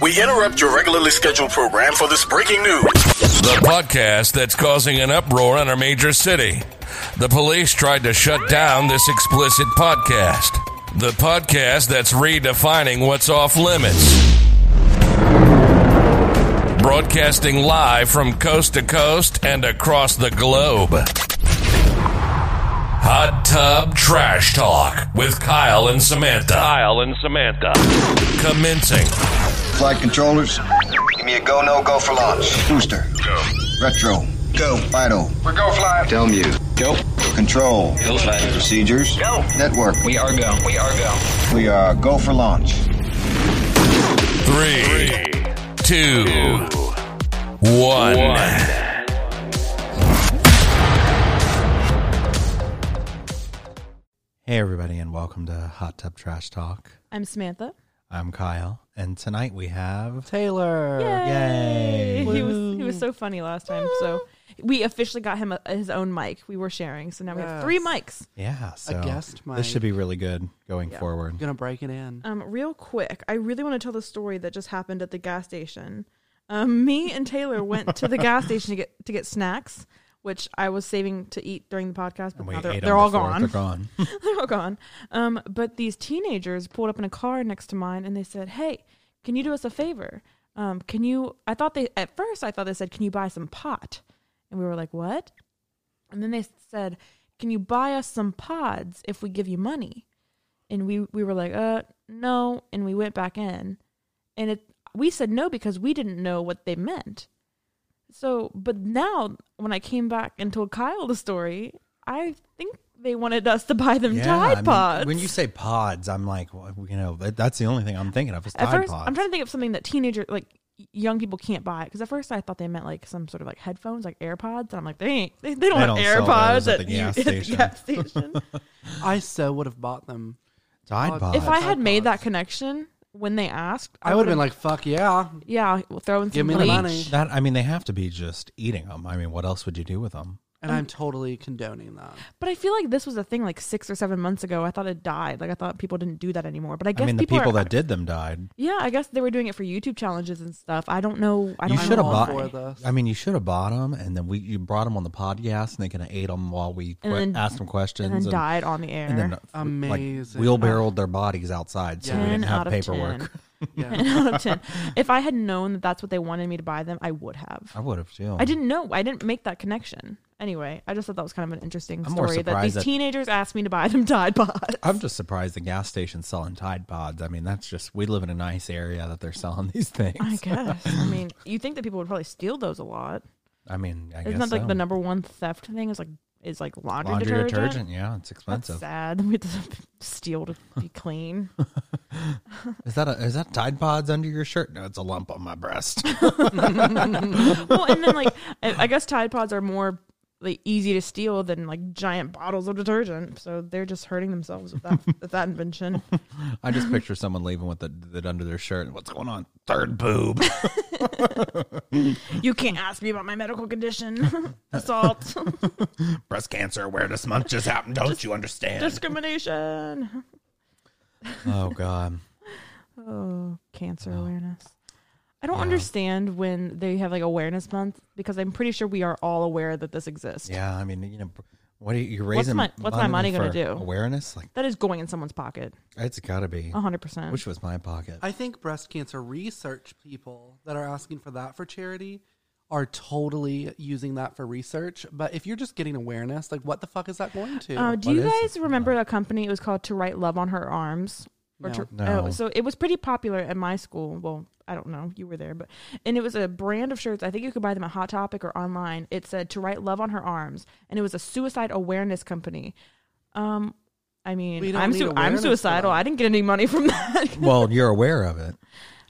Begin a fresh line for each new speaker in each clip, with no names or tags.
We interrupt your regularly scheduled program for this breaking news.
The podcast that's causing an uproar in our major city. The police tried to shut down this explicit podcast. The podcast that's redefining what's off limits. Broadcasting live from coast to coast and across the globe. Hot Tub Trash Talk with Kyle and Samantha. Kyle and Samantha. Commencing.
Flight controllers,
Give me a go, no go for launch.
booster,
Go.
retro,
Go.
vital,
We're go fly.
tell you,
Go.
control,
Go fly.
procedures,
Go.
network.
We are go. We are go.
We are go for launch.
Three, two, one.
Hey, everybody, and welcome to Hot Tub Trash Talk.
I'm Samantha.
I'm Kyle, and tonight we have
Taylor.
Oh, Yay.
He was he was so funny last time. So we officially got him a, his own mic. We were sharing, so now we have three mics.
yeah, so
guest mic.
This should be really good going forward.
Gonna break it in.
Um, real quick, I really want to tell the story that just happened at the gas station. Um, me and Taylor went to the gas station to get to get snacks, which I was saving to eat during the podcast, but
And we
now they're,
ate 'em
they're all
before.
gone.
They're gone.
they're all gone. Um, but these teenagers pulled up in a car next to mine and they said, Hey, can you do us a favor? Um, can you, I thought they, at first I thought they said, Can you buy some pot? And we were like, What? And then they said, Can you buy us some pods if we give you money? And we, we were like, Uh, no. And we went back in and it, we said no because we didn't know what they meant. So, but now when I came back and told Kyle the story, I think they wanted us to buy them
I
Tide
mean,
Pods.
when you say pods, I'm like, well, you know, that- that's the only thing I'm thinking of is
at
Tide
1st
Pods.
I'm trying to think of something that teenager like y- young people can't buy because at first I thought they meant like some sort of like headphones, like AirPods, and I'm like, they ain't, they, they don't
They
have
don't sell
AirPods
those at the
you-
gas station.
gas station.
I so would have bought them.
Tide Pods.
if I had
Tide
made that
Pods.
connection when they asked,
I would have been like, "Fuck yeah!"
yeah, well, throwing
Give
some
me the
bleach.
money.
that, I mean, they have to be just eating them. I mean, what else would you do with them?
And I'm totally condoning that.
But I feel like this was a thing like six or seven months ago. I thought it died. Like I thought people didn't do that anymore. But I guess
I mean, the
people,
people
are,
that did them died.
Yeah, I guess they were doing it for YouTube challenges and stuff. I don't know. I
You
don't
should have
know
all
bought.
for
why.
this.
I mean, you should have bought them, and then we you brought them on the podcast, and they could have ate them while we que-
And then-
asked them questions
and then died on the air.
and then uh,
Amazing.
like wheelbarrowed their bodies outside so we
Ten
didn't have
out of
paperwork.
10.
Yeah.
Ten out of ten. If I had known that that's what they wanted me to buy them, I would have.
I would have too.
I didn't know. I didn't make that connection. Anyway, I just thought that was kind of an interesting
I'm more
story that
surprised
these
that-
teenagers asked me to buy them Tide Pods.
I'm just surprised the gas station's selling Tide Pods. I mean, that's just we live in a nice area that they're selling these things.
I guess. I mean, you think that people would probably steal those a lot?
I mean, I
Isn't
guess
that like
so.
the number one theft thing? Is like is like laundry,
laundry
detergent.
detergent? Yeah, it's
That's
expensive.
sad. We have to steal to be clean.
Is that a, is that Tide Pods under your shirt? No, it's a lump on my breast.
well, and then like I, I guess Tide Pods are more like easy to steal than like giant bottles of detergent, so they're just hurting themselves with that with that invention.
I just picture someone leaving with it it under their shirt. and What's going on? Third boob.
You can't ask me about my medical condition, assault,
breast cancer awareness month just happened. Don't you understand?
discrimination,
oh God.
oh, cancer awareness. I don't understand when they have like awareness month because I'm pretty sure we are all aware that this exists.
Yeah, I mean, you know, what are you you're raising?
my- what's my money gonna
for
do?
Awareness, like
That is going in someone's pocket,
it's got to be.
hundred percent.
Which was my pocket.
I think breast cancer research people that are asking for that for charity are totally using that for research. But if you're just getting awareness, like what the fuck is that going to?
Uh, do
What
you
is
guys remember a company? It was called To Write Love on Her Arms. Or
No.
to-
No.
oh, so it was pretty popular at my school. Well, I don't know. You were there, but and it was a brand of shirts. I think you could buy them at Hot Topic or online. It said To Write Love on Her Arms, and it was a suicide awareness company. Um, I
We
mean,
don't
I'm
need
su- I'm
awareness for
suicidal.
that.
I didn't get any money from that.
well, you're aware of it.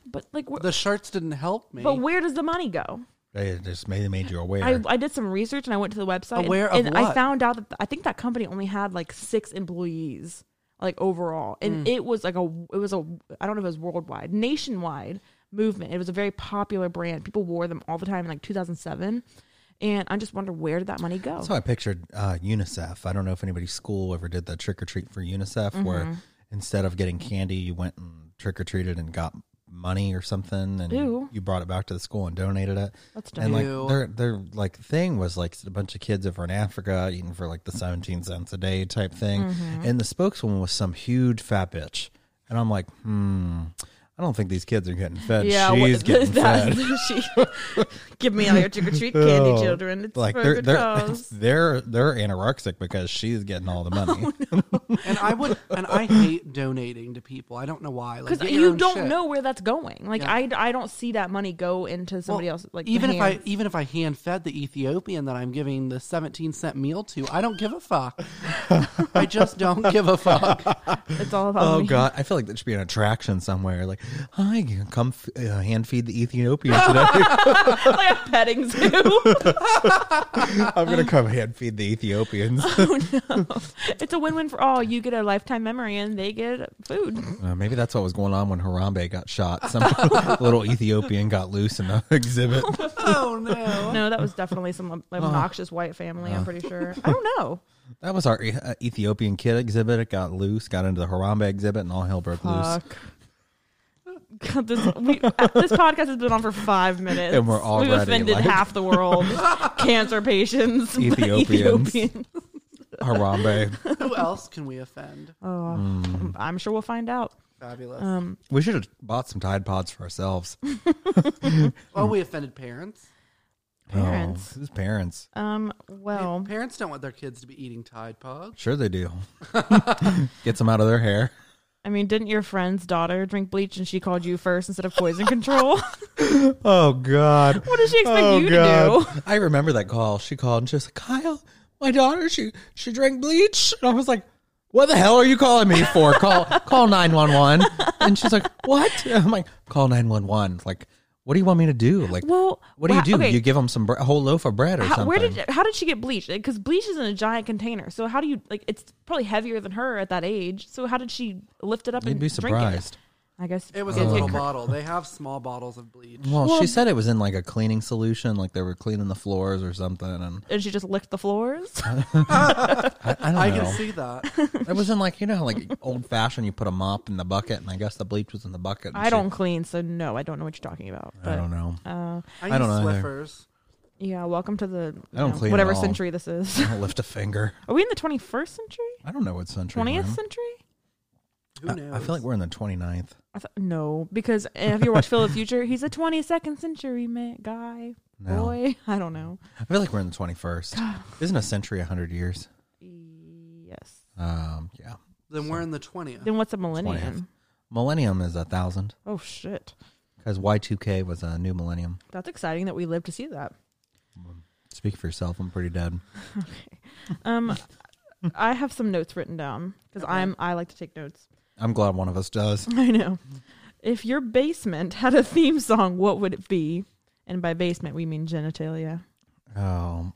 but like, wh-
the shirts didn't help me.
but where does the money go?
They just made, they made you aware.
I, I did some research and I went to the website. and-
Aware of
and, I
what?
found out that I think that company only had like six employees, like overall,
Mm.
and it was like a it was a I don't know if it was worldwide, nationwide movement. It was a very popular brand. People wore them all the time in like 2007, and I just wonder where did that money go?
That's how I pictured uh, UNICEF. I don't know if anybody's school ever did
Mm-hmm.
the trick or treat for UNICEF, where instead of getting candy, you went and trick or treated and got money or something, and
Ew.
you brought it back to the school and donated it.
That's dumb.
and like
Ew.
their their like thing was like a bunch of kids over in Africa eating for like the seventeen cents a day type thing,
Mm-hmm.
and the spokeswoman was some huge fat bitch, and I'm like, hmm, I don't think these kids are getting fed.
yeah, what-
She's getting
that-
fed.
she- give me all your trick or treat candy,
Oh,
children. It's
like
for a
they're
good
they're,
cause.
they're they're anorexic because she's getting all the money.
Oh,
And I would, and I hate donating to people. I don't know why. Like,
Because
get your
you
own
don't
shit.
know where that's going. Like
Yeah.
I, I don't see that money go into somebody
Well,
else. Like
even if I
hands.
even if I hand fed the Ethiopian that I'm giving the 17 cent meal to, I don't give a fuck. I just don't give a fuck.
it's all about
oh
me.
God, I feel like there should be an attraction somewhere. Like, hi, come f- uh, hand feed the Ethiopian today.
like a petting zoo.
I'm gonna come hand feed the Ethiopians.
it's a win-win for all. You get a lifetime memory, and they get food.
Uh, maybe that's what was going on when Harambe got shot. Some little Ethiopian got loose in the exhibit.
Oh no.
No, that was definitely some obnoxious white family. I'm pretty sure. I don't know.
That was our uh, Ethiopian kid exhibit. It got loose, got into the Harambe exhibit, and all hell broke loose.
Fuck. God, this, we, uh, this podcast has been on for five minutes,
And we're
we've
already,
offended
like-
half the world. Cancer patients,
Ethiopians.
Ethiopian.
Harambe.
Who else can we offend?
Oh,
Mm.
I'm sure we'll find out.
Fabulous.
Um,
We should have bought some Tide Pods for ourselves.
well, we offended parents.
Parents.
Oh, whose parents?
Um. Well,
Parents don't want their kids to be eating Tide Pods.
Sure they do. Gets them out of their hair.
I mean, didn't your friend's daughter drink bleach and she called you first instead of poison control?
Oh God! Oh, What
does she expect you to
do? I remember that call. She called and she was like, "Kyle, my daughter, she she drank bleach," and I was like. What the hell are you calling me for? Call call nine one one. And she's like, "What?" And I'm like, "Call nine one one." Like, what do you want me to do? Like,
Well,
what do you
wha-
do?
okay.
You give them some bre- a whole loaf of bread or
how,
something?
where did how did she get bleach? Because bleach is in a giant container. So how do you like? It's probably heavier than her at that age. So how did she lift it up
You'd
and
be
drink it?
surprised.
I guess
It was
it-
a
it
little
cr-
bottle. They have small bottles of bleach.
Oh. Well, she said it was in like a cleaning solution, like they were cleaning the floors or something. And
and she just licked the floors.
I, I don't
I
know.
can see that.
It was in like you know, how, like old fashioned. You put a mop in the bucket, and I guess the bleach was in the bucket. and
I
she-
don't clean, so no, I don't know what you're talking about. But uh,
I don't know.
I,
I don't
use
know either.
Swiffers.
yeah, welcome to the you
I don't
know,
clean at
whatever
all.
century this is.
I don't lift a finger.
Are we in the 21st century?
I don't know what century. we're
20th
in.
century?
Who knows?
I feel like we're in the 29th.
I thought no, because if you watch Phil of the Future, he's a 22nd century man, guy,
No.
boy. I don't know.
I feel like we're in the 21st. Isn't a century 100 years?
Yes.
Um, yeah.
then we're in the twentieth.
Then what's a millennium?
Millennium is a thousand
Oh shit,
because Y2K was a new millennium.
that's exciting that we live to see that.
Speak for yourself. I'm pretty dead.
Um,
Hmm.
I have some notes written down because I'm I like to take notes.
I'm glad one of us does.
I know.
Hmm.
If your basement had a theme song, what would it be? And by basement, we mean genitalia.
Oh,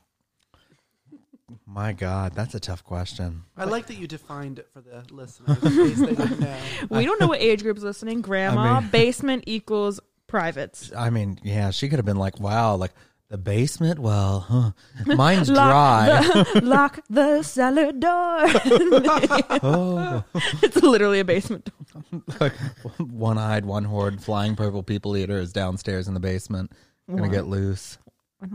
my God. That's a tough question.
I like that you defined it for the listeners in case they didn't know.
We don't know what age group's listening. Grandma,
mean-
basement equals privates.
I mean, yeah, she could have been like, wow, like the basement? Well, huh. mine's
Lock
dry.
the- lock the cellar door.
oh,
it's literally a basement door.
like one eyed, one horned, flying purple people eater is downstairs in the basement. Gonna get loose.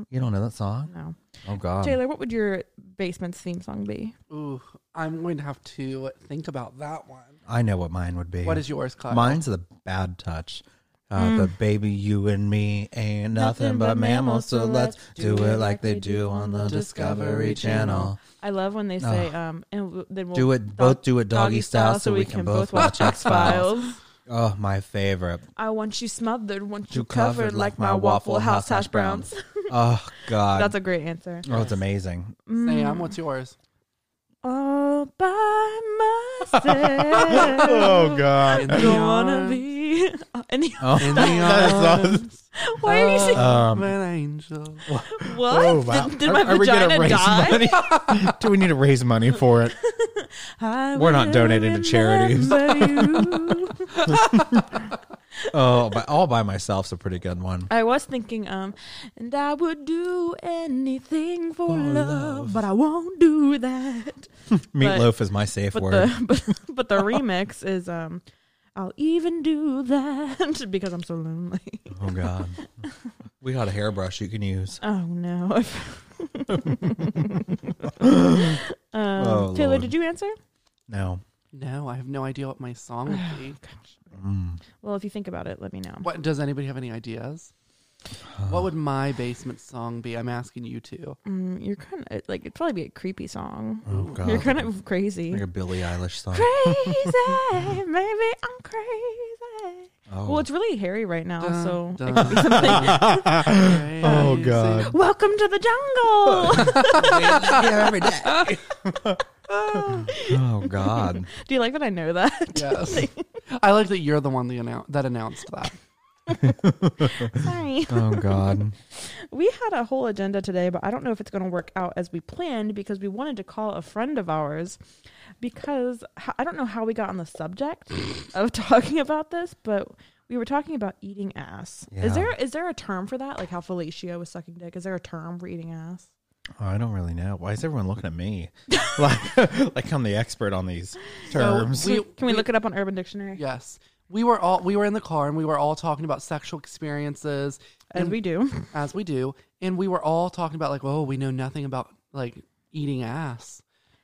You don't know that song?
No.
Oh God.
Taylor, what would your basement's theme song be?
Ooh, I'm going to have to think about that one.
I know what mine would be.
What is yours, Kyle?
Mine's the bad touch. Uh, The baby, you and me ain't nothing, but mammals, so let's do it like they do on the Discovery Channel.
I love when they say, um, and w- then we'll
Do it- both do it doggy style so we can both watch X-Files.
X-Files.
Oh, my favorite.
I want you smothered, want
You
you covered like my Waffle House hash browns.
oh God,
That's a great answer.
oh, it's amazing.
Sam, what's yours?
All by myself.
Oh God.
Gonna be in the
Oh,
In the arms
Why are you saying
Uh,
of an angel.
what?
Oh,
Did, did my vagina die?
money? do we need to raise money for it?
I
We're not
will
donating to charities.
remember you.
Oh, but all by myself's a pretty good one.
I was thinking, um, and I would do anything for love,
love.
but I won't do that.
Meatloaf is my safe
But
word.
the but, but the remix is um, I'll even do that because I'm so lonely.
Oh God, we got a hairbrush you can use.
Oh no. um,
Oh,
Taylor,
Lord.
did you answer?
No,
No, I have no idea what my song would be.
Well, if you think about it, let me know.
What does anybody have any ideas? What would my basement song be? I'm asking you two.
Mm, you're kind of like it'd probably be a creepy song.
oh God,
you're kind of crazy.
like a Billie Eilish song.
crazy, maybe I'm crazy.
Oh.
Well, it's really hairy right now,
Dun,
so it
dun.
could be something.
Oh
God.
Welcome to the jungle.
Oh God,
Do you like that I know that?
Yes. I like that you're the one that, annou- that announced that.
Sorry.
oh God.
We had a whole agenda today, but I don't know if it's going to work out as we planned because we wanted to call a friend of ours because h- I don't know how we got on the subject of talking about this, but we were talking about eating ass.
Yeah.
Is there is there a term for that? Like how fellatio was sucking dick. Is there a term for eating ass?
Oh, I don't really know. Why is everyone looking at me? like, like I'm the expert on these terms.
We-
Can we, look it up on Urban Dictionary?
Yes. We were all we were in the car and we were all talking about sexual experiences
As
and
we do.
as we do and we were all talking about like oh we know nothing about like eating ass.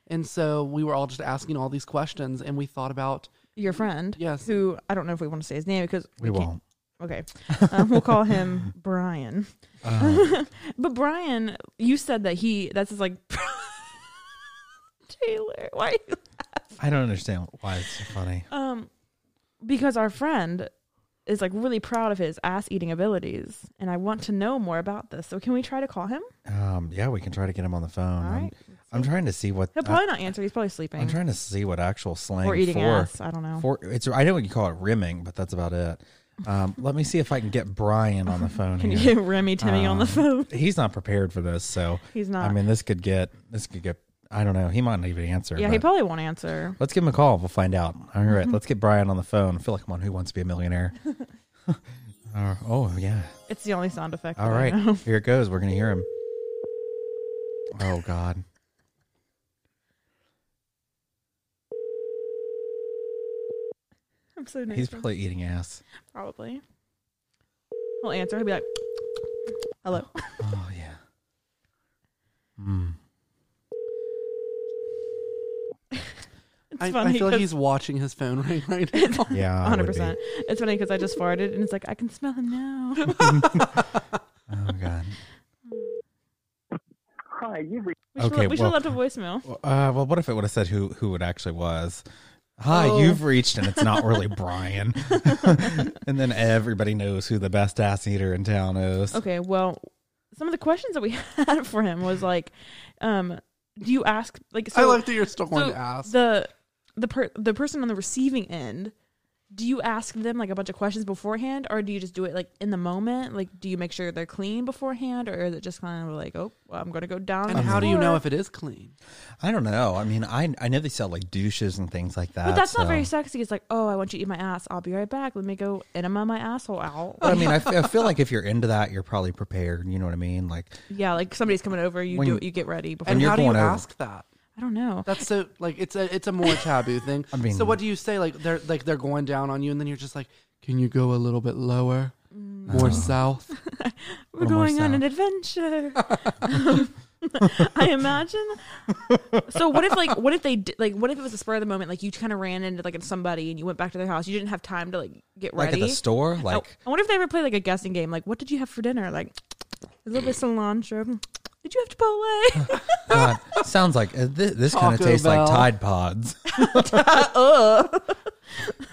And so we were all just asking all these questions and we thought about
Your friend.
Yes.
Who I don't know if we want to say his name because
we
can't-
won't.
Okay. Um, we'll call him Brian.
Uh.
but Brian, you said that he, that's his like, Taylor, why?
I don't understand why it's so funny.
Um, because our friend is like really proud of his ass eating abilities. And I want to know more about this. So can we try to call him?
Um, yeah, we can try to get him on the phone.
All
I'm-
right.
I'm, trying to see what
He'll
I,
probably not answer. He's probably sleeping.
am Uh, trying to see what actual slang
Or eating
for,
ass, I don't know.
For it's I know what you call it rimming, but that's about it. Um, let me see if I can get Brian on the phone.
can you
here.
get Remy Timmy on the
Um,
phone?
He's not prepared for this, so
He's not.
I mean, this could get this could get. I don't know. He might not even answer.
Yeah, he
but
probably won't answer.
Let's give him a call. We'll find out. All right, let's get Brian on the phone. I feel like I'm on Who Wants to Be a Millionaire. Uh, oh yeah.
It's the only sound effect.
All
that I
right,
know.
here it goes. We're gonna hear him. Oh God.
I'm so nervous.
He's probably eating ass.
Probably. He'll answer. He'll be like, hello.
Oh yeah. Hmm.
It's
I, I
funny
feel like
'cause-
he's watching his phone ring right now.
Yeah. I would
hundred
be.
percent. It's funny because I just farted and it's like I can smell him now.
Oh God.
We should,
Okay,
le- we should
well-
left a voicemail.
Well, Uh, well, what if it would have said who who it actually was? Hi,
Oh.
you've reached, and it's not really Brian. and then everybody knows who the best ass eater in town is.
Okay, well, some of the questions that we had for him was like, um, do you ask like? So,
I like that you're still going
so
to ask.
the the per- the person on the receiving end. Do you ask them like a bunch of questions beforehand, or do you just do it like in the moment? Like, do you make sure they're clean beforehand, or is it just kind of like, oh, well, I'm gonna go down?
and
on the
how do you know
floor?
if it is clean?
I don't know. I mean, I I know they sell like douches and things like that.
But that's
so-
not very
uh,
sexy. It's like, oh, I want you to eat my ass. I'll be right back. Let me go enema my asshole out.
But I mean, I fe- I feel like if you're into that, you're probably prepared. You know what I mean? Like,
Yeah, like somebody's coming over. You
When
do
you-
you get ready before.
And
you're
how do you
going over-
ask that?
I don't know.
That's so like it's a it's a more taboo thing. I
mean-
so what do you say? Like they're like they're going down on you, and then you're just like, can you go a little bit lower, more south?
We're
more
going on an
sound.
adventure. I imagine. So what if like what if they di- like what if it was a spur of the moment? Like you kind of ran into like somebody and you went back to their house. You didn't have time to like get
like
ready.
at the store,
I-
like
I wonder if they ever play like a guessing game. Like what did you have for dinner? Like a little bit of cilantro. Did you have Chipotle?
God, sounds like uh, this, this kind of
Taco
tastes
Bell.
like Tide Pods.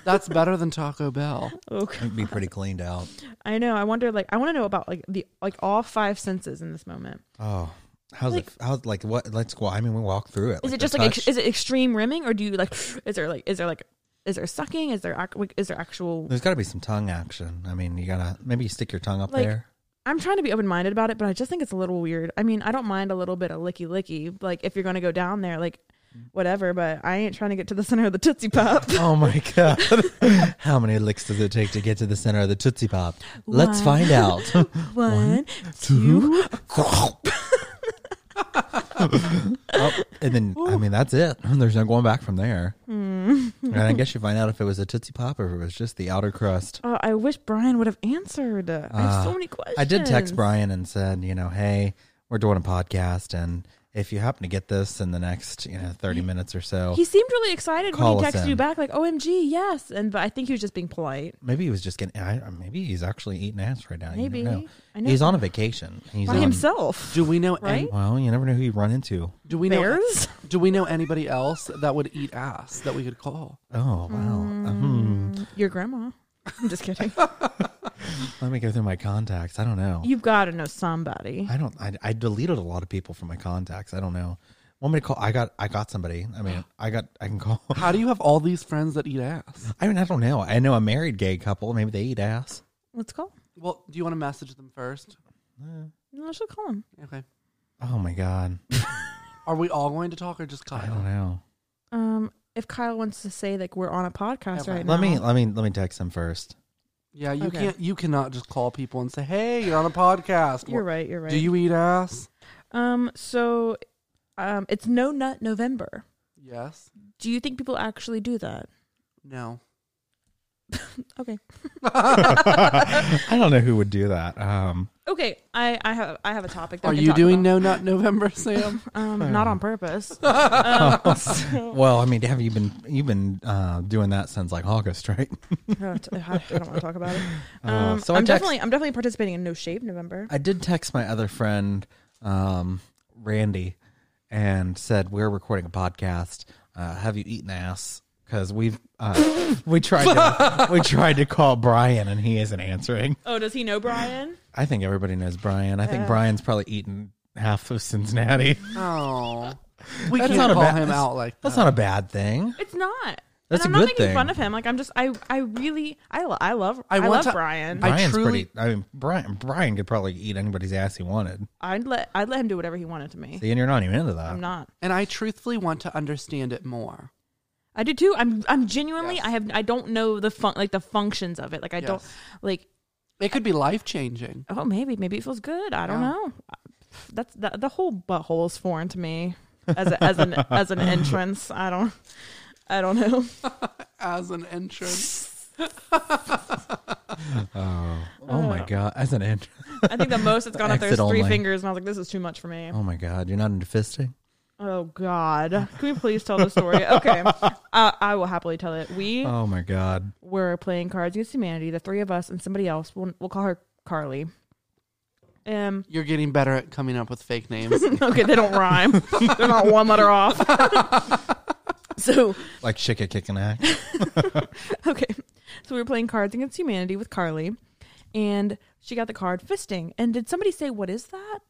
That's better than Taco Bell.
It'd be pretty cleaned out.
Oh, I know. I wonder. Like I want to know about like the like all five senses in this moment.
Oh, how's
Like-
it? How's like what? Let's go. I mean, we walk through it.
is it
the
just like
touch-
ex- is it extreme rimming or do you like is there like is there like is there sucking is there ac- like, is there actual
There's got to be some tongue action. I mean, you gotta maybe you stick your tongue up
Like-
there.
i'm trying to be open-minded about it but i just think it's a little weird i mean i don't mind a little bit of licky licky like if you're gonna go down there like whatever but i ain't trying to get to the center of the tootsie pop
Oh my god! How many licks does it take to get to the center of the tootsie pop? Let's
One.
find out.
one two
Oh, and then I mean that's it. There's no going back from there.
Hmm.
And I guess you find out if it was a Tootsie Pop or if it was just the outer crust.
Uh, I wish Brian would have answered. I have so many questions.
Ah, I did text Brian and said, you know, hey, we're doing a podcast, and if you happen to get this in the next, you know, thirty minutes or so,
He seemed really excited when
Call
he
us
texted
in.
you back, like "OMG, yes!" And but I think he was just being polite.
maybe he was just getting. I, maybe he's actually eating ass right now. You
Maybe.
don't know.
I know.
he's on a vacation. He's
By
on,
himself,
Do we know
Right?
any,
Well, you never know who you run into.
do we
bears.
know do we know anybody else that would eat ass that we could call?
Oh wow. Um,
Your grandma. I'm just kidding.
Uh-huh. let me go through my contacts. I don't know.
You've got to know somebody.
I don't. I, I deleted a lot of people from my contacts. I don't know. Want me to call? I got. I got somebody. I mean, I got. I can call.
How do you have all these friends that eat ass?
I mean, I don't know. I know a married gay couple. Maybe they eat ass.
Let's call.
Well, do you want to message them first?
No, I should call him.
Okay.
Oh my god.
Are we all going to talk or just
I don't
Kyle?
know.
Um, if Kyle wants to say like we're on a podcast
Okay.
right now,
Let me. Let me. Let me text them first.
Yeah, you
Okay.
can't. You cannot just call people and say, "Hey, you're on a podcast.
You're
Wha-
right. You're right.
Do you eat ass?"
Um, so, um, it's no nut November.
Yes.
Do you think people actually do that?
No.
Okay.
I don't know who would do that. Um.
Okay. I, I have I have a topic. That
Are
we can
you
talk
doing
about.
No Nut November, Sam?
Um, not on purpose. um, so-
Well, I mean, have you been? You've been uh, doing that since like August, right?
I don't want to talk about it.
Uh,
Um,
so I
I'm
text-
definitely I'm definitely participating in No Shave November.
I did text my other friend, um, Randy, and said we're recording a podcast. Uh, have you eaten ass? Because we've uh, we tried to, we tried to call Brian and he isn't answering.
Oh, does he know Brian?
I think everybody knows Brian. I think Brian's probably eaten half of Cincinnati.
oh. We
That's
can't
not a
call
bad-
him out like
That's
that.
not a bad thing.
It's not.
That's
and
a
I'm not
good
making
thing.
fun of him. Like I'm just I I really I lo- I love I,
I want
love
to-
Brian. I,
I
Brian's
truly-
pretty. I mean, Brian Brian could probably eat anybody's ass he wanted.
would let I'd let him do whatever he wanted to me.
See, and you're not even into that.
I'm not.
And I truthfully want to understand it more.
I do too. I'm I'm genuinely
Yes.
I have I don't know the fun like the functions of it. Like I don't
Yes.
like
It could be life changing.
oh maybe maybe it feels good. I don't
Yeah.
know. That's the, the whole butthole is foreign to me as a, as an as an entrance. I don't I don't know.
As an entrance.
oh
Uh.
my god, as an intro.
I think the most it's gone up there is
Exit
three
only.
fingers, and I was like, this is too much for me.
Oh my god, you're not into fisting.
Oh God, can we please tell the story? Okay, uh, I will happily tell it. We
Oh my god.
were playing Cards Against Humanity, the three of us and somebody else. We'll, we'll call her Carly. Um.
You're getting better at coming up with fake names.
Okay, they don't rhyme. They're not one letter off. so
Like Shika kicking ass.
okay, so we were playing Cards Against Humanity with Carly, and she got the card fisting. And did somebody say what is that?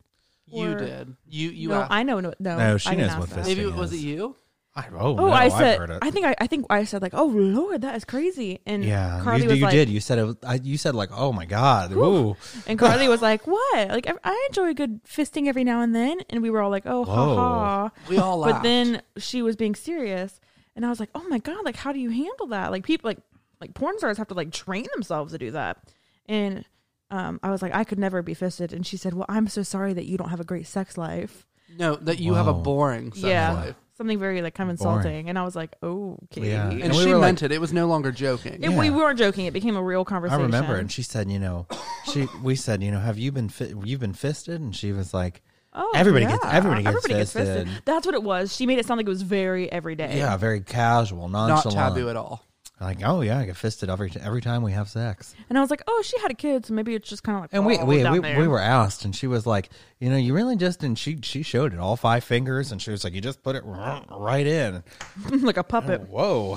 you
Or-
did. You you
no,
asked.
I know. No, no,
No, she
I didn't
knows
ask
what
that.
fisting
Maybe it was it
is.
you?
I, oh,
Oh,
no,
I
I've
said.
heard it.
I think I, I think I said like, oh Lord, that is crazy. And
yeah,
Carly
you,
was
you
like,
did. You said it. Was, I, you said like, oh my god, ooh,
and Carly was like, what? Like I- I enjoy a good fisting every now and then. And we were all like, oh ha
Whoa.
ha.
We all laughed.
But then she was being serious, and I was like, oh my god, like how do you handle that? Like people like like porn stars have to like train themselves to do that. And um, I was like, I could never be fisted. And she said, well, I'm so sorry that you don't have a great sex life.
No, that you have a
Wow.
boring sex
yeah.
life.
Something very like kind of
Boring.
insulting, and I was like, "Okay."
Yeah.
It-
And,
And we
she
were like-
meant it. It was no longer joking.
We
Yeah.
weren't joking. It became a real
I
conversation.
remember. And she said, you know, she we said, you know, have you been fi- you've been fisted? And she was like,
Oh,
everybody
yeah.
gets everybody gets fisted.
That's what it was. She made it sound like it was very everyday.
Yeah, very casual,
Not
nonchalant.
taboo at all.
Like, oh yeah, I get fisted every every time we have sex.
And I was like, oh, she had a kid, so maybe it's just kind of like.
And we
oh,
we,
down
we,
there.
we were asked, and she was like, you know, you really just and she she showed it all five fingers, and she was like, you just put it right in.
like a
Oh,
puppet.
Whoa.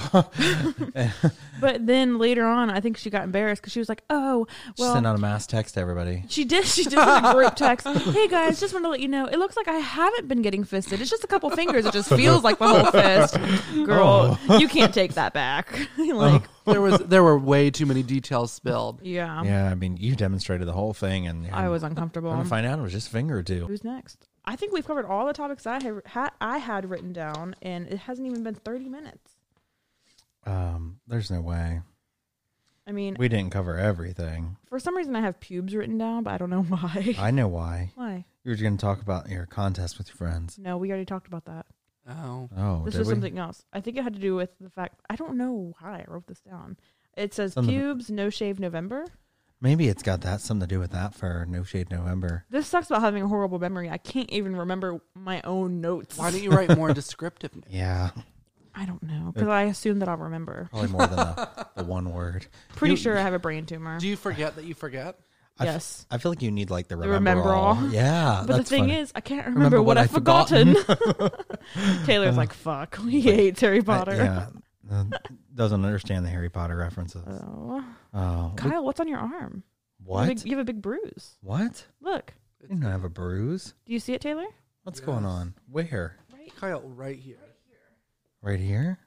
But then later on, I think she got embarrassed because she was like, oh,
she
well.
sent out a mass text to everybody.
she did. She did send a group text. Hey guys, just want to let you know. It looks like I haven't been getting fisted. It's just a couple fingers. It just feels like the whole fist.
Oh.
Girl, you can't take that back. like,
There was there were way too many details spilled.
yeah,
Yeah, I mean, you demonstrated the whole thing, and
um, I was
going
uncomfortable.
to find out it was just a finger or two.
Who's next? I think we've covered all the topics I had, had I had written down, and it hasn't even been thirty minutes.
Um, there's no way
I mean,
we didn't cover everything.
for some reason, I have pubes written down, but I don't know why.
I know why.
why?
You were going to talk about your contest with your friends.
No, we already talked about that.
Oh.
Oh,
This
did
was
we?
something else. I think it had to do with the fact I don't know why I wrote this down. It says
Something-
pubes, no shave November.
Maybe it's got that something to do with that for No Shade November.
This sucks about having a horrible memory. I can't even remember my own notes.
Why don't you write more descriptive? names?
Yeah,
I don't know because I assume that I'll remember.
probably more than the, the one word.
Pretty sure I have a brain tumor.
Do you forget that you forget?
I f-
Yes.
I feel like you need like the remember,
remember
all.
all.
Yeah,
but the
that's
thing
funny.
is, I can't remember, what, I've forgotten. Taylor's like, "Fuck, we hate Harry
I-
Potter."
yeah, uh, doesn't understand the Harry Potter references.
Oh.
oh, we-
Kyle, what's on your arm? You have
what?
a big- you have a big bruise.
What?
Look,
I didn't have a bruise.
do you see it, Taylor?
What's going on? Where?
Kyle, right here.
Right here?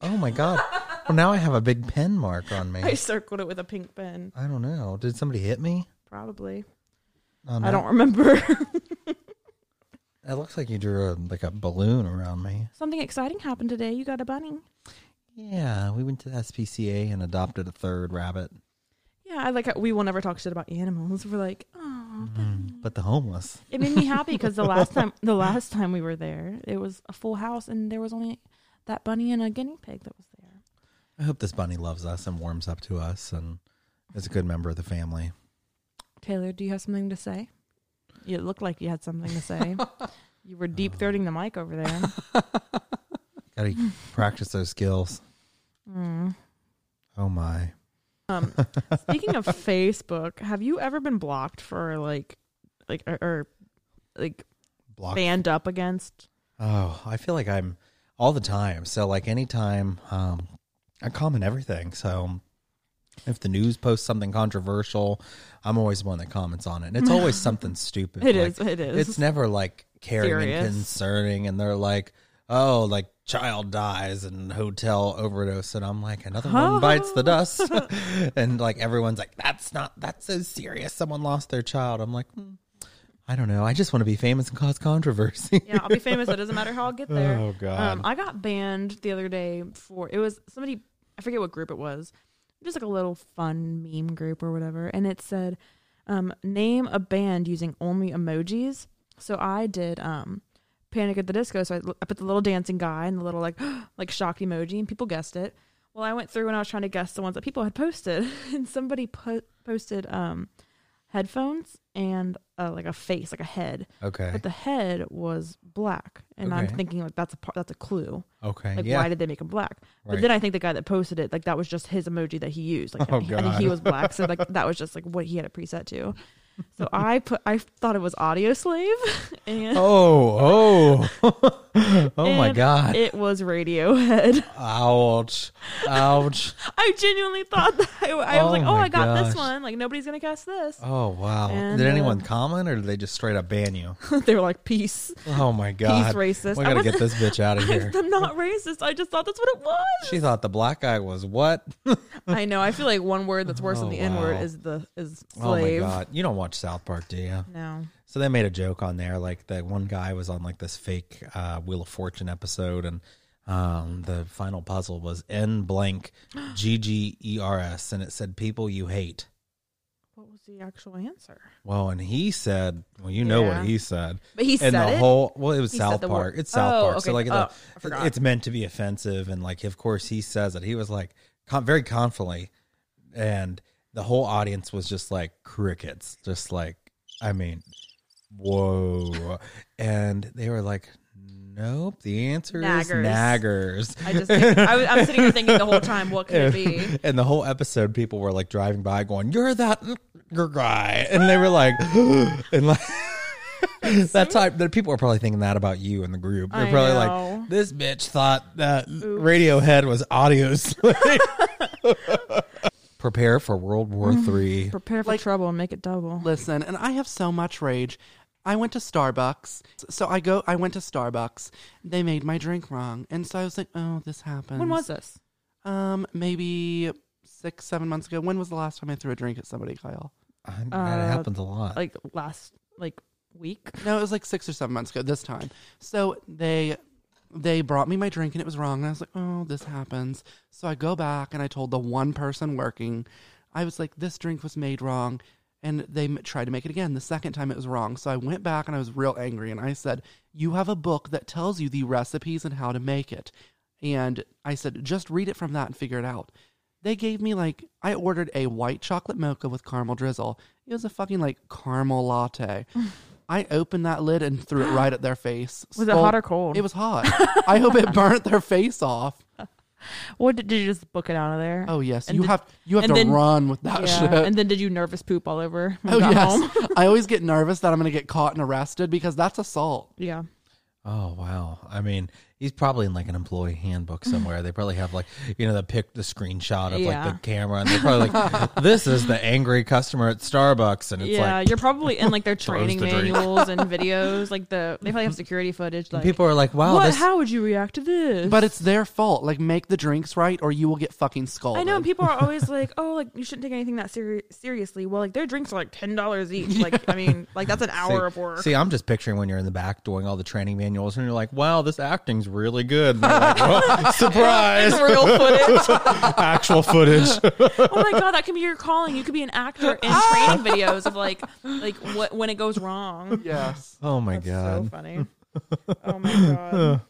Oh my god! well, now I have a big pen mark on me.
I
I,
circled it with a pink pen.
don't know. Did somebody hit me?
Probably.
Oh,
I
no.
don't remember.
It looks like you drew a, like a balloon around me.
Something exciting happened today. You got a bunny.
Yeah, we went to the SPCA and adopted a third rabbit,
Yeah, I like. how- We will never talk shit about animals. We're like, oh,
but the homeless.
it made me happy because the last time, the last time we were there, it was a full house, and there was only that bunny and a guinea pig that was there.
I hope this bunny loves us and warms up to us and is a good member of the family.
Taylor, do you have something to say? You looked like you had something to say. you were deep throating the mic over there.
Got to practice those skills.
Mm.
Oh my!
Um, speaking of Facebook, have you ever been blocked for like, like or, or like
Block.
banned up against?
Oh, I feel like I'm all the time. So like anytime, um, I comment everything. So if the news posts something controversial, I'm always one that comments on it, and it's always something stupid.
It
It
is,
is.
it is.
It's never like caring and
Serious.
concerning, and they're like. Oh, like child dies and hotel overdose, and I'm like another one bites the dust, and like everyone's like, "That's not that's so serious." Someone lost their child. I'm like, "Hmm, I don't know. I just want to be famous and cause controversy.
Yeah, I'll be famous. It doesn't matter how I'll get there.
Oh, God.
Um, I got banned the other day for it was somebody I forget what group it was, just like a little fun meme group or whatever, and it said, um, "Name a band using only emojis." So I did um, Panic at the Disco. So I, l- I put the little dancing guy and the little like like shocked emoji, and people guessed it. Well, I went through and I was trying to guess the ones that people had posted, and somebody po- posted um, headphones and uh, like a face, like a head.
Okay.
But the head was black, and I'm
Okay.
thinking like that's a par- that's a clue.
Okay.
Like,
yeah.
why did they make him black? But
Right.
then I think the guy that posted it, like, that was just his emoji that he used. Like,
Oh,
I think
God.
he was black, so like that was just like what he had it preset to. So I put, I thought it was audio slave, and
oh, oh, oh my
and
God!
it was Radiohead.
Ouch! Ouch!
I genuinely thought that I, I was
Oh,
like, oh,
my
I got this
gosh.
one. Like nobody's gonna guess this.
Oh wow!
And,
did
uh,
anyone comment, or did they just straight up ban you?
they were like, peace.
Oh my God!
racist.
We
I
gotta
wasn't-
get this bitch out of here.
I'm not racist. I just thought that's what it was.
She thought the black guy was what? oh
I know. I feel like one word that's worse than
Oh,
the N word
wow. Oh
is the is
my
slave.
God! You don't watch South Park, do you?
No.
So they made a joke on there, like that one guy was on like this fake uh, Wheel of Fortune episode, and um, the final puzzle was N blank G G E R S, and it said people you hate.
What was the actual answer?
Well, and he said, well, you know
Yeah.
what he said.
But he
and
said
the
it?
whole well, it was
He said
South
the
Park.
word.
It's South
Oh,
Park,
okay.
so like
Oh, I
the,
forgot.
it's meant to be offensive, and like of course he says it. He was like con- very confidently, and the whole audience was just like crickets, just like I mean, whoa, and they were like. Nope. The answer
Naggers.
is naggers.
I just think, I was, I'm sitting here thinking the whole time, what could it be?
And, and the whole episode, people were like driving by, going, "You're that guy," and they were like, and like. That type that people are probably thinking that about you in the group. They're
I
probably
know.
like, "This bitch thought that Radiohead was audio slave." Prepare for World War
Mm-hmm.
Three.
Prepare for trouble and make it double.
Listen, and I have so much rage. I went to Starbucks. So I go I went to Starbucks. They made my drink wrong. And so I was like, oh, this happened.
When was this?
Um, maybe six, seven months ago. When was the last time I threw a drink at somebody, Kyle?
That
Uh,
happens a lot.
Like last like week?
No, it was like six or seven months ago this time. So they they brought me my drink and it was wrong. And I was like, oh, this happens. So I go back and I told the one person working, I was like, this drink was made wrong. And they m- tried to make it again. The second time it was wrong. So I went back and I was real angry. And I said, You have a book that tells you the recipes and how to make it. And I said, Just read it from that and figure it out. They gave me like, I ordered a white chocolate mocha with caramel drizzle. It was a fucking like caramel latte. I opened that lid and threw it right at their face.
Was it hot or cold?
It was hot. I hope it burnt their face off.
What did, did you just book it out of there?
Oh yes,
And
you
did-
have you have
and
to
then-
run with that
yeah.
shit.
And then did you nervous poop all over? When
oh
you got
yes,
Home?
I always get nervous that I'm going to get caught and arrested because that's assault.
Yeah.
Oh wow! I mean, he's probably in like an employee handbook somewhere. They probably have like you know the pick the screenshot of
Yeah.
like the camera, and they're probably like, "This is the angry customer at Starbucks," and it's
yeah.
like
you're probably in like their training
the drink.
manuals and videos. Like the they probably have security footage. Like
people are like, "Wow,
what?
this."
How would you react to this?
But it's their fault. Like make the drinks right, or you will get fucking scolded.
I know and people are always like, "Oh, like you shouldn't take anything that seri- seriously." Well, like their drinks are like ten dollars each. Like I mean, like that's an hour of work.
See, I'm just picturing when you're in the back doing all the training manuals, and you're like, "Wow, this acting's really good." And they're like, "Well, surprise!
It's real footage.
Actual footage.
oh my god, that could be your calling. You could be an actor in
Ah!
training videos of like, like what when it goes wrong.
Yes.
Oh my
So
god!
funny. Oh my god.